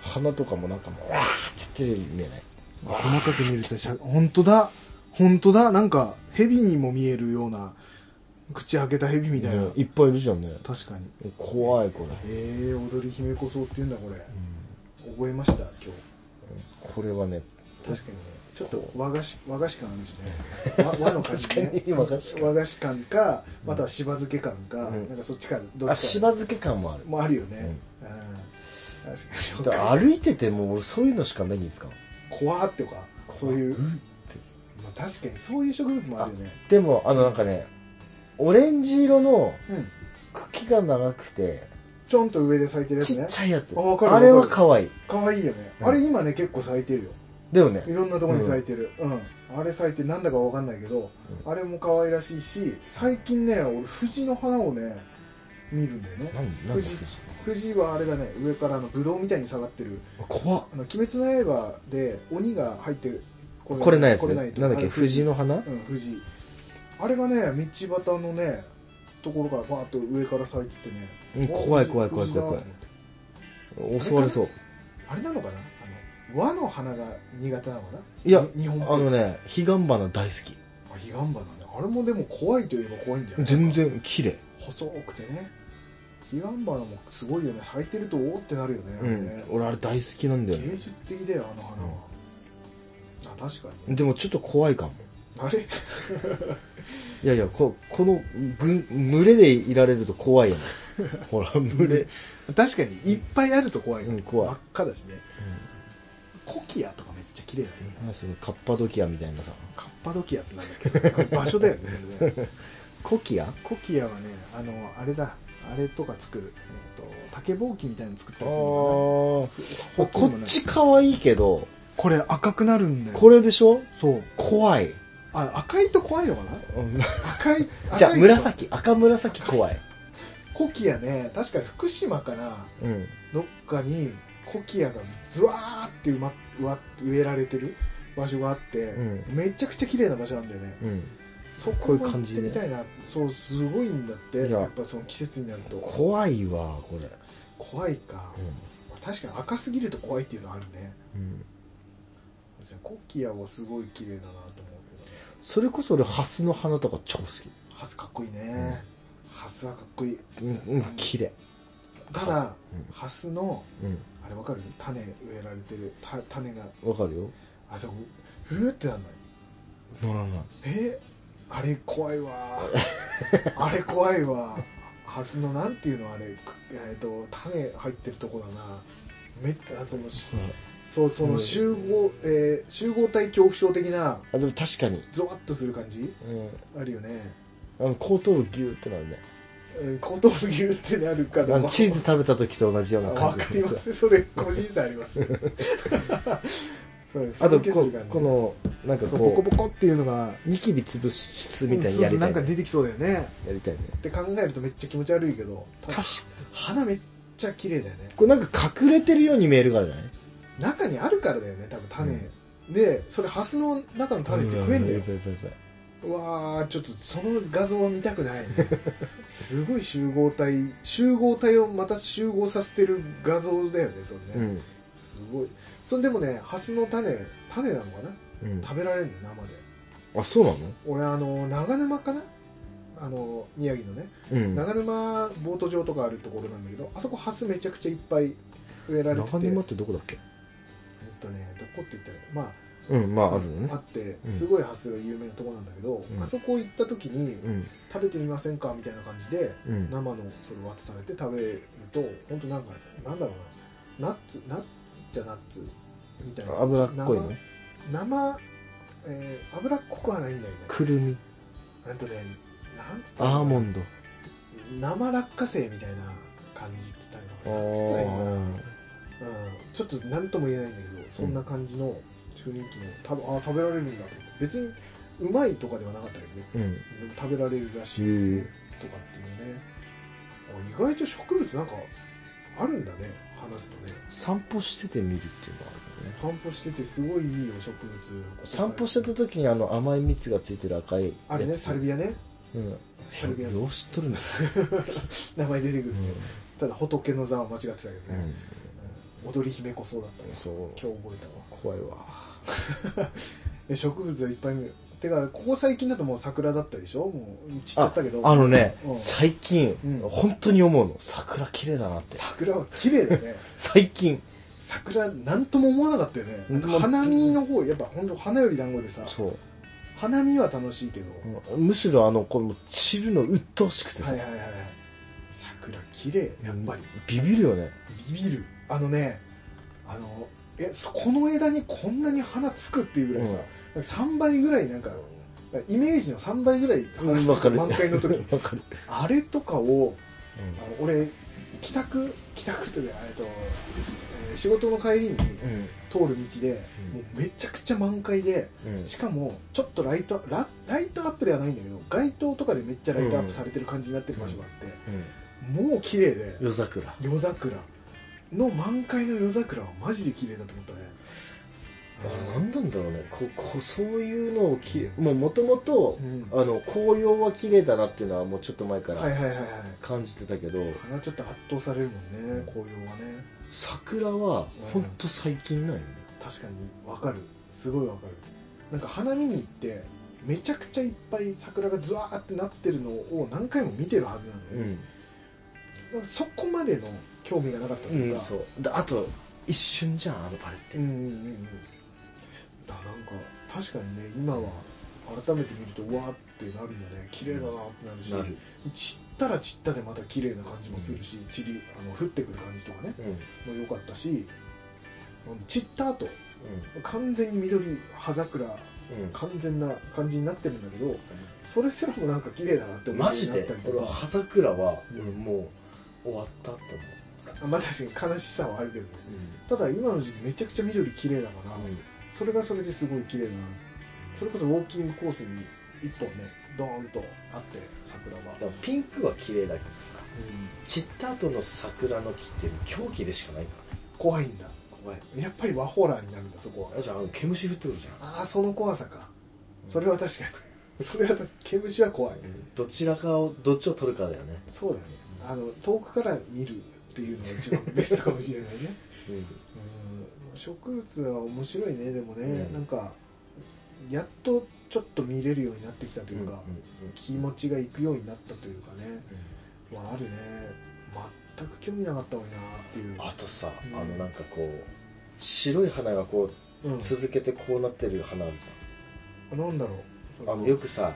Speaker 2: 鼻とかもなんかもうわーって言ってるように見えない
Speaker 1: まあ細かく見るとしゃ本当だ本当だなんか蛇にも見えるような口開けた蛇みたいな、
Speaker 2: ねいっぱいいるじゃんね
Speaker 1: 確かに
Speaker 2: 怖いこれ
Speaker 1: ええ踊り姫こそうって言うんだこれ、覚えました今
Speaker 2: これはね
Speaker 1: 日確かにねちょっと和菓子和菓子感あるし ね和和の感じ、ね、
Speaker 2: 確かに和菓子感
Speaker 1: 和菓子感かまたはしば漬け感か、
Speaker 2: うん
Speaker 1: なんかそっちかどっ
Speaker 2: あ
Speaker 1: ち
Speaker 2: し
Speaker 1: か
Speaker 2: ば漬け感もある
Speaker 1: もあるよね、うん確かにそう
Speaker 2: だか
Speaker 1: から
Speaker 2: 歩いてても俺そういうのしか目につかん
Speaker 1: 怖ってかそういう、
Speaker 2: ん
Speaker 1: まあ、確かにそういう植物もあるよね
Speaker 2: でもあのなんかねオレンジ色の
Speaker 1: うん。
Speaker 2: 茎が長くて
Speaker 1: ちょんと上で咲いてるやつ
Speaker 2: ちっ
Speaker 1: ね。
Speaker 2: ちゃいやつ
Speaker 1: あわかる
Speaker 2: あれは
Speaker 1: わか
Speaker 2: 可愛い
Speaker 1: かわいいよね。
Speaker 2: うん
Speaker 1: あれ今ね、結構咲いてるよ。
Speaker 2: でもね
Speaker 1: いろんなところに咲いてる。うん。あれ咲いてなんだかわかんないけど、あれも可愛らしいし、最近ね、俺、藤の花をね、見るんだよね。
Speaker 2: 何何
Speaker 1: 富士藤はあれだね、上からあのブドウみたいに下がってる。
Speaker 2: 怖っ
Speaker 1: あの、鬼滅の刃で鬼が入ってる。こ
Speaker 2: これないやつ
Speaker 1: これ
Speaker 2: な
Speaker 1: ない
Speaker 2: ん
Speaker 1: と
Speaker 2: だっ
Speaker 1: あ
Speaker 2: け
Speaker 1: れ
Speaker 2: 藤の花
Speaker 1: うん、藤井あれがね道端のねところからバーッと上から咲いててね、
Speaker 2: うん
Speaker 1: お
Speaker 2: 怖い怖い怖い
Speaker 1: 藤だ
Speaker 2: 怖い怖い
Speaker 1: と思って
Speaker 2: 襲われそう
Speaker 1: あれなのかなあの和の花が苦手なのかない
Speaker 2: や
Speaker 1: に日
Speaker 2: あ
Speaker 1: 本っぽい
Speaker 2: のね彼岸花大好
Speaker 1: あ
Speaker 2: き
Speaker 1: 彼岸花ねあれもでも怖いといえば怖いんだよね
Speaker 2: 全然綺麗
Speaker 1: 細くてね彼岸花もすごいよね咲いてるとおおってなるよね,あ
Speaker 2: う
Speaker 1: れね、
Speaker 2: ん俺あれ大好きなんだよね
Speaker 1: 芸術的だよあの花は、あ確かにね
Speaker 2: でもちょっと怖いかも
Speaker 1: あ れ
Speaker 2: いやいやここのぐ群れでいられると怖い よねほら群れ
Speaker 1: 確かにいっぱいあると怖い、
Speaker 2: うん怖い
Speaker 1: 真っ赤だしね、コキアとかめっちゃ綺麗だよね、
Speaker 2: あそのカッパドキアみたいなさ
Speaker 1: カッパドキアってなんだっけそれ場所だよ ねそれね
Speaker 2: コキア
Speaker 1: コキアはねあのあれだあれとか作る、えっと竹ぼうきみたいなの作ったりするの
Speaker 2: こ
Speaker 1: かなほにも
Speaker 2: っ
Speaker 1: ね
Speaker 2: ち可愛いけど
Speaker 1: これ赤くなるんだよ
Speaker 2: これでしょ
Speaker 1: そう
Speaker 2: 怖い
Speaker 1: あ赤いと怖いのかな赤い赤い
Speaker 2: じゃあ
Speaker 1: と
Speaker 2: 紫赤紫怖い
Speaker 1: コキアね確かに福島かな
Speaker 2: うん
Speaker 1: どっかにコキアがズワーって埋まうわ植えられてる場所があって、
Speaker 2: う
Speaker 1: めちゃくちゃ綺麗な場所なんだよね
Speaker 2: うん
Speaker 1: そ
Speaker 2: こ
Speaker 1: こ
Speaker 2: うい
Speaker 1: も
Speaker 2: う
Speaker 1: 行っ
Speaker 2: 感じ
Speaker 1: て
Speaker 2: ね
Speaker 1: みたいなそうすごいんだって
Speaker 2: いや
Speaker 1: やっぱその季節になると
Speaker 2: 怖いわこれ
Speaker 1: 怖いか、確かに赤すぎると怖いっていうのあるね
Speaker 2: うん
Speaker 1: コキアはすごい綺麗だなと思うけどね
Speaker 2: それこそ俺ハスの花とか超好き
Speaker 1: ハスかっこいいね、ハスはかっこいい
Speaker 2: うんうん綺麗
Speaker 1: ただ、
Speaker 2: うん
Speaker 1: ハスの
Speaker 2: うん
Speaker 1: あれわかる種植えられてるた種が
Speaker 2: わかるよ
Speaker 1: あそこふーってなんない
Speaker 2: 乗らない
Speaker 1: えーあれ怖い わあれ怖いわハスのなんていうのあれくえっ、と種入ってるとこだなめっあそのしそうその集合、えー集合体恐怖症的な
Speaker 2: あでも確かに
Speaker 1: ゾワッとする感じ
Speaker 2: うん
Speaker 1: あるよね
Speaker 2: あの後頭部ギューってなるね
Speaker 1: うん後頭部牛ってなるか
Speaker 2: あ
Speaker 1: どう
Speaker 2: の
Speaker 1: か
Speaker 2: チーズ食べた時と同じような
Speaker 1: わ
Speaker 2: 感
Speaker 1: か
Speaker 2: じ
Speaker 1: りますそれ個人差あります そうです
Speaker 2: あ
Speaker 1: 酸
Speaker 2: と
Speaker 1: 欠す
Speaker 2: こ
Speaker 1: る感じ
Speaker 2: このなんか
Speaker 1: そうボコ
Speaker 2: こ
Speaker 1: ボコっていうのが
Speaker 2: うニキビ潰す
Speaker 1: う
Speaker 2: み
Speaker 1: ん
Speaker 2: たいに
Speaker 1: そう
Speaker 2: や
Speaker 1: そう
Speaker 2: り
Speaker 1: な
Speaker 2: た
Speaker 1: んか
Speaker 2: いね
Speaker 1: 出てきそうだよね
Speaker 2: やりたいね
Speaker 1: って考えるとめっちゃ気持ち悪いけど
Speaker 2: 確か
Speaker 1: 花めっちゃ綺麗だよね
Speaker 2: これなんか隠れてるように見えるからじゃない
Speaker 1: 中にあるからだよね多分種、でそれハスの中の種って食えんだよ
Speaker 2: う、やばいやばいやばいう
Speaker 1: わーちょっとその画像は見たく ないねすごい集合体集合体をまた集合させてる画像だよねそれね、
Speaker 2: うん
Speaker 1: すごいそれでもねハスの種種なのかな
Speaker 2: うん
Speaker 1: 食べられるの生で
Speaker 2: あそうなの
Speaker 1: 俺あの長沼かなあの宮城のね
Speaker 2: うん
Speaker 1: 長沼ボート場とかあるところなんだけどあそこハスめちゃくちゃいっぱい植えられてて
Speaker 2: 長沼ってどこだっけ
Speaker 1: えっとねどこって言ったらまあ
Speaker 2: うんまああるのね
Speaker 1: あって
Speaker 2: うん
Speaker 1: すごいハスが有名なとこなんだけど、
Speaker 2: うん
Speaker 1: あそこ行った時に
Speaker 2: うん
Speaker 1: 食べてみませんかみたいな感じで
Speaker 2: うん
Speaker 1: 生のそれを渡されて食べると本当なんかなんだろうなナッツナッツっちゃナッツみたいな
Speaker 2: 脂っこいね
Speaker 1: 生生、えー脂っこくはないんだよね
Speaker 2: くるみ
Speaker 1: なんとねなんつったらいいのかな
Speaker 2: アーモンド
Speaker 1: 生落花生みたいな感じっつったらいいのかななんつったらいいのかな
Speaker 2: あ
Speaker 1: うんちょっと何とも言えないんだけどそんな感じの雰囲気のたぶんあー食べられるんだ別にうまいとかではなかったけどね
Speaker 2: ーうん
Speaker 1: でも食べられるらしい
Speaker 2: へえ
Speaker 1: とかっていうねあ意外と植物なんかあるんだね話すとね
Speaker 2: 散歩してて見るっていうのはあるよね
Speaker 1: 散歩しててすごいいいよ植物
Speaker 2: 散歩してた時にあの甘い蜜がついてる赤いやつ
Speaker 1: あれねサルビアね
Speaker 2: うん
Speaker 1: サルビア
Speaker 2: よう知っとるね
Speaker 1: 名前出てくるね、ただ仏の座は間違ってたけどね、うん踊り姫こそうだったね
Speaker 2: そう
Speaker 1: 今日覚えたわ
Speaker 2: 怖いわ
Speaker 1: で植物はいっぱい見るてかここ最近だともう桜だったでしょもう散っちゃったけど
Speaker 2: ああのね
Speaker 1: うん
Speaker 2: 最近
Speaker 1: うん
Speaker 2: 本当に思うの桜綺麗だなって
Speaker 1: 桜は綺麗だね
Speaker 2: 最近
Speaker 1: 桜なんとも思わなかったよねなんか
Speaker 2: うん
Speaker 1: 花見の方やっぱ本当花より団子でさ
Speaker 2: そう
Speaker 1: 花見は楽しいけど、
Speaker 2: うんむしろあのこの散るの鬱陶しくてさ
Speaker 1: はいはいはいはい桜綺麗やっぱり
Speaker 2: ビビるよね
Speaker 1: ビビるあのねあのえそこの枝にこんなに花つくっていうぐらいさ、
Speaker 2: うん
Speaker 1: なんか3倍ぐらいなんかイメージの3倍ぐらい
Speaker 2: うんわかる
Speaker 1: 満開の時
Speaker 2: わかる、
Speaker 1: あれとかを
Speaker 2: うん
Speaker 1: あの俺帰宅帰宅というかえっと、えー仕事の帰りに
Speaker 2: うん
Speaker 1: 通る道で、
Speaker 2: うん
Speaker 1: もうめちゃくちゃ満開で、
Speaker 2: うん
Speaker 1: しかもちょっとライトラライトアップではないんだけど街灯とかでめっちゃライトアップされてる感じになってる場所があって、もう綺麗で
Speaker 2: 夜桜
Speaker 1: 夜桜の満開の夜桜はマジで綺麗だと思ったね
Speaker 2: あ何なんだろうねここそういうのをきもともと
Speaker 1: うん
Speaker 2: 紅葉は綺麗だなっていうのはもうちょっと前か
Speaker 1: はい
Speaker 2: ら
Speaker 1: はいはいはい
Speaker 2: 感じてたけど、
Speaker 1: あれはちょっと圧倒されるもんね紅葉はね
Speaker 2: 桜はほんと最近なんよね、
Speaker 1: 確かにわかるすごいわかるなんか花見に行ってめちゃくちゃいっぱい桜がズワーってなってるのを何回も見てるはずなので、
Speaker 2: うん、
Speaker 1: なんかそこまでの興味がなかったといううんか、
Speaker 2: そうであと一瞬じゃんあのパレって、
Speaker 1: うんうんうんうんだなんか確かにね今は改めて見るとうわーってなるよね綺麗だなってなるし、
Speaker 2: なる、
Speaker 1: 散ったら散ったでまた綺麗な感じもするし、散りあの降ってくる感じとかね
Speaker 2: うん
Speaker 1: も良かったし散った後完全に緑葉桜
Speaker 2: うん
Speaker 1: 完全な感じになってるんだけどそれすらもなんか綺麗だなって思うよ
Speaker 2: マ
Speaker 1: うに
Speaker 2: ジ
Speaker 1: なっ
Speaker 2: で
Speaker 1: たりと
Speaker 2: 俺は
Speaker 1: か
Speaker 2: 葉桜は、
Speaker 1: うん
Speaker 2: 俺もう終わったって思
Speaker 1: あまあ確かに悲しさはあるけどね
Speaker 2: う、
Speaker 1: ただ今の時期めちゃくちゃ緑綺麗だから、
Speaker 2: うん
Speaker 1: それがそれですごい綺麗だなそれこそウォーキングコースに一本ねドーンとあって桜は、
Speaker 2: だからピンクは綺麗だけどさ
Speaker 1: うん
Speaker 2: 散った後の桜の木って狂気でしかないからね
Speaker 1: 怖いんだ
Speaker 2: 怖い
Speaker 1: やっぱりワホラーになるんだそこは
Speaker 2: あじゃああの毛虫降ってくるじゃん、
Speaker 1: ああその怖さかそれは確かに それは確かに毛虫は怖い
Speaker 2: どちらかをどっちを取るかだよね、
Speaker 1: そうだよねあの遠くから見るっていうのが一番ベストかもしれないねうん植物は面白いねでもね、
Speaker 2: うん
Speaker 1: なんかやっとちょっと見れるようになってきたというか、気持ちがいくようになったというかねはあるね全く興味なかったわいなっていう
Speaker 2: あとさ、
Speaker 1: うん
Speaker 2: あのなんかこう白い花がこ
Speaker 1: うん
Speaker 2: う続けてこうなってる花ある
Speaker 1: なんだろ
Speaker 2: じ
Speaker 1: う
Speaker 2: ゃんあのよくさ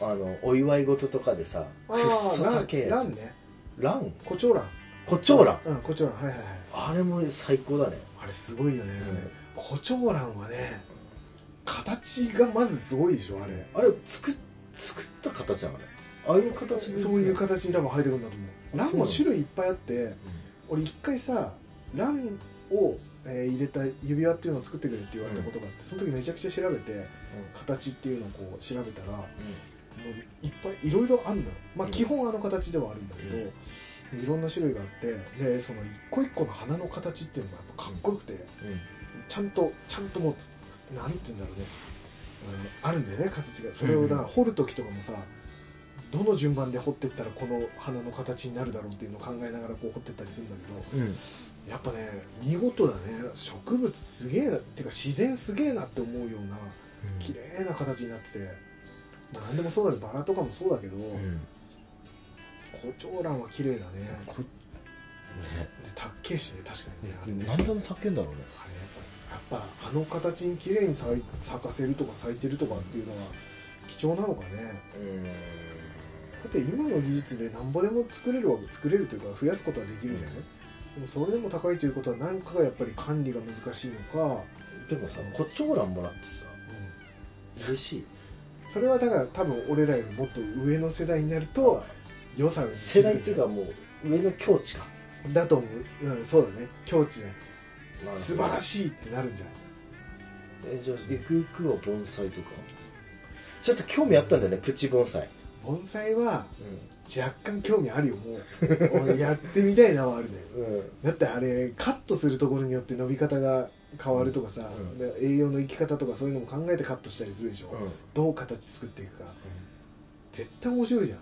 Speaker 1: うん
Speaker 2: あのお祝い事とかでさ
Speaker 1: あ
Speaker 2: くっそ
Speaker 1: あ
Speaker 2: 高え
Speaker 1: ラ
Speaker 2: や
Speaker 1: ン
Speaker 2: つ
Speaker 1: ね
Speaker 2: ラン
Speaker 1: 胡蝶蘭
Speaker 2: 胡蝶蘭
Speaker 1: うん胡蝶蘭はいはいはい
Speaker 2: あれも最高だね
Speaker 1: あれすごいよね、
Speaker 2: うん
Speaker 1: あれ胡蝶蘭はね形がまずすごいでしょあれ
Speaker 2: あれ作っ作った形なのねああいう形で
Speaker 1: そういう形に多分生えてくるんだと思う蘭も種類いっぱいあって
Speaker 2: う
Speaker 1: 俺一回さ蘭を、えー入れた指輪っていうのを作ってくれって言われたことがあってその時めちゃくちゃ調べて
Speaker 2: ん
Speaker 1: 形っていうのをこう調べたらも
Speaker 2: うん
Speaker 1: ういっぱいいろいろあるのよまあ
Speaker 2: うん
Speaker 1: 基本あの形ではあるんだけど、
Speaker 2: うん
Speaker 1: でいろんな種類があってでその一個一個の花の形っていうのがやっぱかっこよくて、
Speaker 2: うん
Speaker 1: ちゃんとちゃんともうつなんて言うんだろうねあのあるんだよね形がそれをだから掘る時とかもさどの順番で掘ってったらこの花の形になるだろうっていうのを考えながらこう掘ってったりするんだけ
Speaker 2: うん
Speaker 1: どやっぱね見事だね植物すげえなってか自然すげえなって思うような綺麗な形になってて何でもそうだけどバラとかもそうだけど
Speaker 2: うん
Speaker 1: 胡蝶蘭は綺麗だね
Speaker 2: こ
Speaker 1: でたっけえしね確かにねあれ
Speaker 2: ね
Speaker 1: ね
Speaker 2: 何でも高いんだろうね
Speaker 1: あれやっぱやっぱあの形に綺麗に咲い咲かせるとか咲いてるとかっていうのは貴重なのかねだって今の技術でなんぼでも作れるわけ作れるというか増やすことはできるじゃない、でもそれでも高いということは何かがやっぱり管理が難しいのか、
Speaker 2: でもさ胡蝶蘭もらってさ嬉しい
Speaker 1: それはだから多分俺らよりもっと上の世代になると良さが
Speaker 2: 世代っていうかもう上の境地か
Speaker 1: だと思う、うん、そうだね境地ね素晴ら
Speaker 2: い
Speaker 1: しいってなるんじゃない
Speaker 2: えじゃあゆくゆくは盆栽とかちょっと興味あったんだよねプチ盆栽
Speaker 1: 盆栽は
Speaker 2: う
Speaker 1: 若干興味あるよもう俺やってみたいなはあるね
Speaker 2: んうん
Speaker 1: だってあれカットするところによって伸び方が変わるとかさ、
Speaker 2: うん
Speaker 1: で栄養の生き方とかそういうのも考えてカットしたりするでしょ、どう形作っていくか絶対面白いじゃん、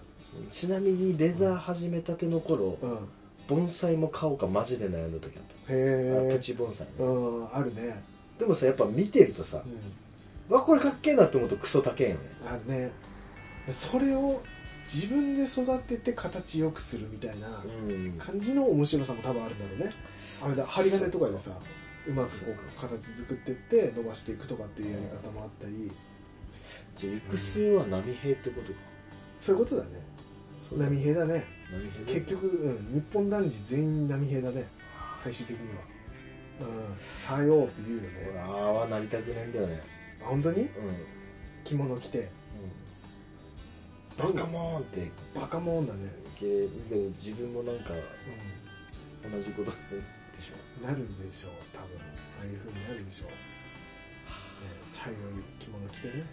Speaker 2: ちなみにレザー始めたての頃
Speaker 1: うん、へ
Speaker 2: 盆栽も買おうかマジで悩んだ時あったあプ
Speaker 1: え
Speaker 2: チ盆栽ね
Speaker 1: うんあるね、
Speaker 2: でもさやっぱ見てるとさ
Speaker 1: う
Speaker 2: わこれかっけえなと思うとクソ高えよね
Speaker 1: ん、あるねでそれを自分で育てて形良くするみたいな
Speaker 2: うん
Speaker 1: 感じの面白さも多分あるんだろうねあれだ針金とかでさうまくこう形作ってって伸ばしていくとかっていうやり方もあったり
Speaker 2: じゃあ行く末は波平ってことか
Speaker 1: そういうことだね波平だね
Speaker 2: 波平
Speaker 1: 結局、うん、日本男児全員波平だね最終的にはうんさようって言うよ
Speaker 2: 俺
Speaker 1: ね
Speaker 2: ああはなりたくないんだよね
Speaker 1: あ本当に
Speaker 2: うん
Speaker 1: 着物着て
Speaker 2: バカモンって
Speaker 1: バカもんだね、
Speaker 2: いけるでも自分もなんか同じことで しょ
Speaker 1: なるんでしょう多分ああいう風になるでしょう、ね、茶色い着物着てね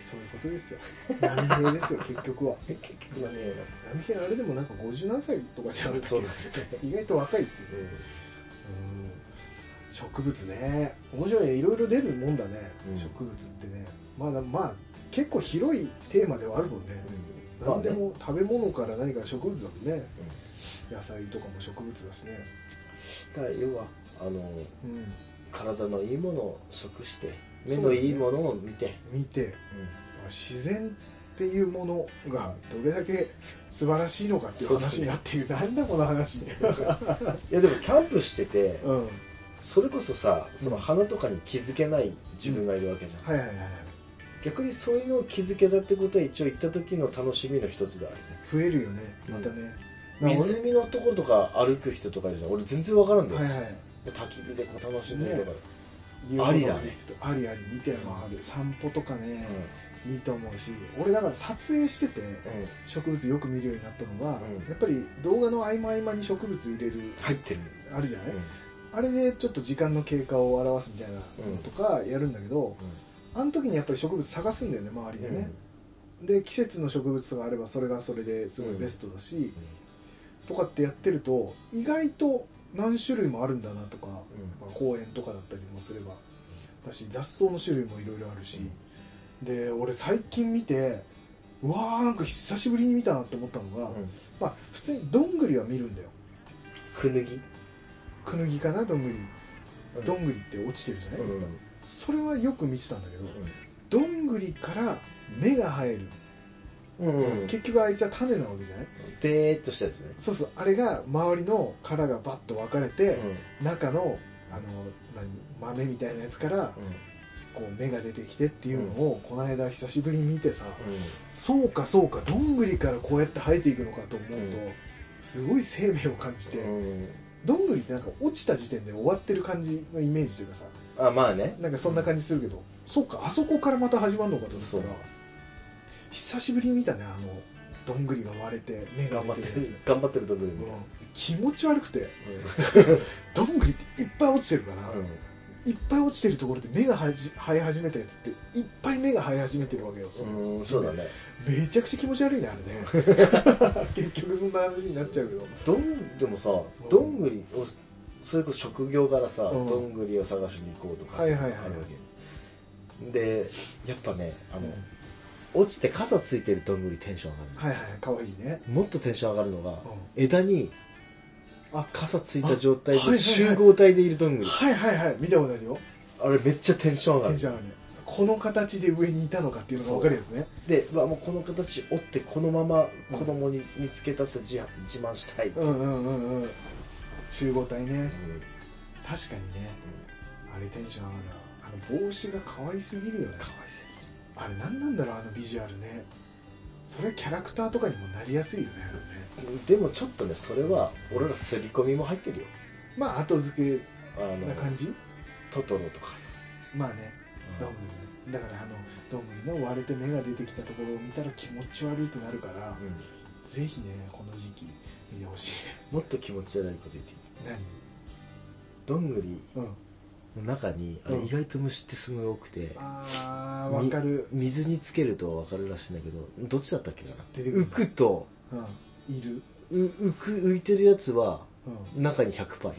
Speaker 1: そういうことですよ波平です よ結局は
Speaker 2: 結局はね
Speaker 1: 波平あれでもなんか50何歳とかじゃなく
Speaker 2: そう
Speaker 1: て
Speaker 2: だね
Speaker 1: 意外と若いっていうねうん植物ね面白いねいろいろ出るもんだね、
Speaker 2: うん
Speaker 1: 植物ってねまあまあ結構広いテーマではあるもんね、
Speaker 2: うん
Speaker 1: 何でも食べ物から何から植物だもんね野菜とかも植物だしね
Speaker 2: だから要はあの
Speaker 1: うん
Speaker 2: 体のいいものを食して目
Speaker 1: そう
Speaker 2: の
Speaker 1: だね
Speaker 2: いいものを見て
Speaker 1: 見て自然っていうものがどれだけ素晴らしいのかっていう話になっている、なんだこの話
Speaker 2: いやでもキャンプしてて
Speaker 1: うんはい
Speaker 2: それこそさその花とかに気づけない自分がいるわけじゃん
Speaker 1: はいはいはい
Speaker 2: 逆にそういうのを気づけたってことは一応行った時の楽しみの一つであるね
Speaker 1: 増えるよねまたね、まあ俺
Speaker 2: 湖のとことか歩く人とかいるじゃん俺全然わからんだよ、
Speaker 1: はいはい
Speaker 2: 焚き火でこう楽しんでるとか、
Speaker 1: 言うこと
Speaker 2: ありだね
Speaker 1: ありあり見て回る散歩とかね、いいと思うし俺だから撮影してて
Speaker 2: うんうん
Speaker 1: 植物よく見るようになったのは、
Speaker 2: うん
Speaker 1: やっぱり動画の合間合間に植物入れる
Speaker 2: 入ってる、
Speaker 1: あるじゃない、
Speaker 2: うん
Speaker 1: あれでちょっと時間の経過を表すみたいなのとかやるんだけど、あの時にやっぱり植物探すんだよね周りでね、で季節の植物があればそれがそれですごいベストだし、とかってやってると意外と何種類もあるんだなとか、まあ公園とかだったりもすればだし雑草の種類もいろいろあるし、で俺最近見てうわーなんか久しぶりに見たなって思ったのが、
Speaker 2: うんうん
Speaker 1: まあ普通にどんぐりは見るんだよ
Speaker 2: くぬぎ
Speaker 1: クヌギかなどんぐり、どんぐりって落ちてるじゃない、
Speaker 2: うんうん
Speaker 1: それはよく見てたんだけど、どんぐりから芽が生える、
Speaker 2: うんうん
Speaker 1: 結局あいつは種なわけじゃない
Speaker 2: べーっとしたやつね、
Speaker 1: そうそうあれが周りの殻がバッと分かれて、中のあの何豆みたいなやつからこう芽が出てきてっていうのを、この間久しぶりに見てさ、そうかそうかどんぐりからこうやって生えていくのかと思うと、
Speaker 2: うん
Speaker 1: すごい生命を感じて、
Speaker 2: うん
Speaker 1: どんぐりってなんか落ちた時点で終わってる感じのイメージというかさ
Speaker 2: あまあね
Speaker 1: なんかそんな感じするけど、そうかあそこからまた始まるのかと思った
Speaker 2: そう
Speaker 1: ら久しぶりに見たねあのどんぐりが割れて芽が
Speaker 2: 頑張っ
Speaker 1: 出
Speaker 2: て
Speaker 1: てるやつ
Speaker 2: る頑張ってるとこで
Speaker 1: う
Speaker 2: 見
Speaker 1: ん
Speaker 2: た、
Speaker 1: 気持ち悪くてどんぐりっていっぱい落ちてるから、
Speaker 2: うん
Speaker 1: いっぱい落ちてるところで芽がはじ生え始めたやつっていっぱい芽が生え始めてるわけよ、その
Speaker 2: うんそうだね
Speaker 1: めちゃくちゃ気持ち悪いねあ れね結局そんな話になっちゃうけど
Speaker 2: どんでもさどんぐりをそれこそ職業からさ、
Speaker 1: うん
Speaker 2: どんぐりを探しに行こうとかあ
Speaker 1: はい
Speaker 2: る
Speaker 1: はい
Speaker 2: わ
Speaker 1: は
Speaker 2: け
Speaker 1: い
Speaker 2: よ、でやっぱねあの、
Speaker 1: うん
Speaker 2: 落ちて傘ついてるどんぐりテンション上
Speaker 1: は
Speaker 2: がる、
Speaker 1: いはいかわいいね
Speaker 2: もっとテンション上がるのが、
Speaker 1: う
Speaker 2: 枝に
Speaker 1: あ
Speaker 2: 傘ついた状態
Speaker 1: あはいはいはい
Speaker 2: で集合体でいるどんぐり、
Speaker 1: はいはいはい見たことあるよ
Speaker 2: あれめっちゃテンション上が
Speaker 1: テ
Speaker 2: る
Speaker 1: ンションあるねこの形で上にいたのかっていうのが分かるやつね
Speaker 2: で、まあ、もうこの形折ってこのまま
Speaker 1: うん
Speaker 2: 子供に見つけたさ自自慢したい、
Speaker 1: うんうんうんうん集合体ね
Speaker 2: うん
Speaker 1: 確かにねあれテンション上がるなあの帽子が可愛すぎるよね
Speaker 2: かわいす
Speaker 1: あれ何なんだろうあのビジュアルねそれキャラクターとかにもなりやすいよねあれね
Speaker 2: ぎるでもちょっとねそれは俺ら刷り込みも入ってるよ
Speaker 1: まあ後付
Speaker 2: あ
Speaker 1: け
Speaker 2: の
Speaker 1: な感じ
Speaker 2: トトロとかさ
Speaker 1: まあねどんぐりねだからあのどんぐりの割れて芽が出てきたところを見たら気持ち悪いってなるから、
Speaker 2: うん
Speaker 1: ぜひねこの時期見てほし
Speaker 2: もっと気持ち悪いこと言っていい
Speaker 1: いね
Speaker 2: どんぐり
Speaker 1: 何うん
Speaker 2: の中にあれ
Speaker 1: うん
Speaker 2: 意外と虫ってすごい多くて、
Speaker 1: あーわかる
Speaker 2: み水につけるとわかるらしいんだけどどっちだったっけかな
Speaker 1: 出てくる
Speaker 2: 浮くと
Speaker 1: うんいる
Speaker 2: う浮く浮いてるやつは
Speaker 1: うん
Speaker 2: 中に100%いる、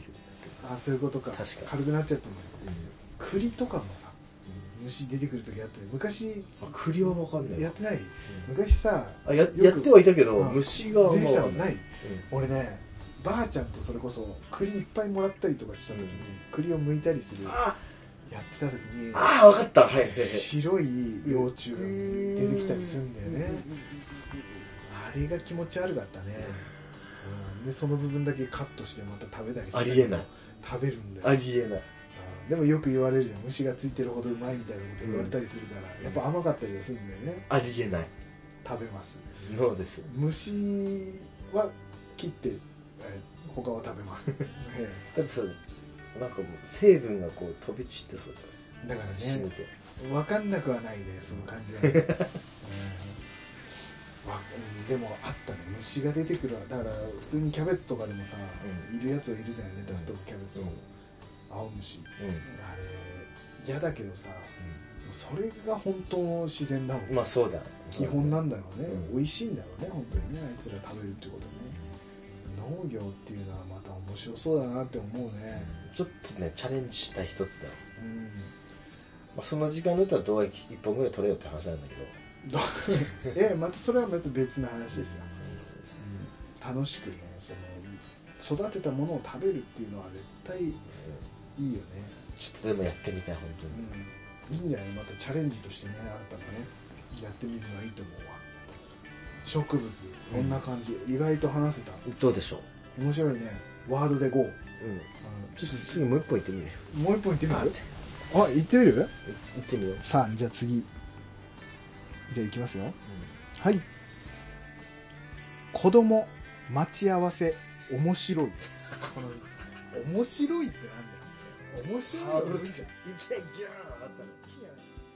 Speaker 1: あーそういうことか
Speaker 2: 確か
Speaker 1: 軽くなっちゃったのよ栗とかもさ虫出てくる時あって昔
Speaker 2: あ栗はわかんない
Speaker 1: やってない昔さ
Speaker 2: あや
Speaker 1: よく
Speaker 2: やってはいたけど
Speaker 1: うん
Speaker 2: 虫があ
Speaker 1: 出
Speaker 2: ん
Speaker 1: て
Speaker 2: ま
Speaker 1: きたの
Speaker 2: わかん
Speaker 1: ない
Speaker 2: うん
Speaker 1: 俺ねばあちゃんとそれこそ栗いっぱいもらったりとかした時に、
Speaker 2: うん
Speaker 1: 栗を剥いたりするや
Speaker 2: あ
Speaker 1: ってた時に
Speaker 2: ああ分かったはいはいはい
Speaker 1: 白い幼虫が出てきたりするんだよね、あれが気持ち悪かったね、うん、でその部分だけカットしてまた食べたりす
Speaker 2: あ
Speaker 1: る
Speaker 2: りえない
Speaker 1: 食べるんだよ
Speaker 2: ありえない
Speaker 1: うんでもよく言われるじゃん虫がついてるほどうまいみたいなこと言われたりするから、やっぱ甘かったりはするんだよね
Speaker 2: ありえない
Speaker 1: 食べます
Speaker 2: ノーです
Speaker 1: 虫は切ってえー 他は食べます、ええ
Speaker 2: だってさなんかもう成分がこう飛び散ってそうだよ
Speaker 1: だから
Speaker 2: 締め
Speaker 1: ね
Speaker 2: て
Speaker 1: 分かんなくはないねその感じ は、ねうんわうんでもあったね虫が出てくるわだから普通にキャベツとかでもさ、
Speaker 2: う
Speaker 1: いるやつはいるじゃんレタスとかキャベツとか、青虫
Speaker 2: うん、うん
Speaker 1: あれ嫌だけどさそれが本当の自然だもん、
Speaker 2: まあそうだ
Speaker 1: 基本なんだろうね、
Speaker 2: うん
Speaker 1: 美味しいんだろうね本当にねあいつら食べるってことね農業っていうのはまた面白そうだなって思うね
Speaker 2: ちょっとねチャレンジした一つだよ、
Speaker 1: うん
Speaker 2: まあ、その時間だったら動画一本ぐらい撮れよって話なんだけど
Speaker 1: ど えまたそれはまた別の話ですよ、楽しくねその育てたものを食べるっていうのは絶対いいよね、
Speaker 2: ちょっとでもやってみたい本当に、
Speaker 1: うん、いいんじゃないまたチャレンジとしてね新たなねやってみるのはいいと思うわ植物そんな感じ、意外と話せた
Speaker 2: どうでしょう、
Speaker 1: 面白いねワードで GO、うん
Speaker 2: うん、ちょっと次もう一本行ってみる
Speaker 1: もう一本いってみる
Speaker 2: あ
Speaker 1: あ行ってみる
Speaker 2: 行ってみよう、
Speaker 1: さあじゃあ次じゃあ行きますよはい子供待ち合わせ面 白いこの面白いってなんだよ面白い
Speaker 2: ハードル
Speaker 1: いい
Speaker 2: いきなりギューン上がったの
Speaker 1: じゃん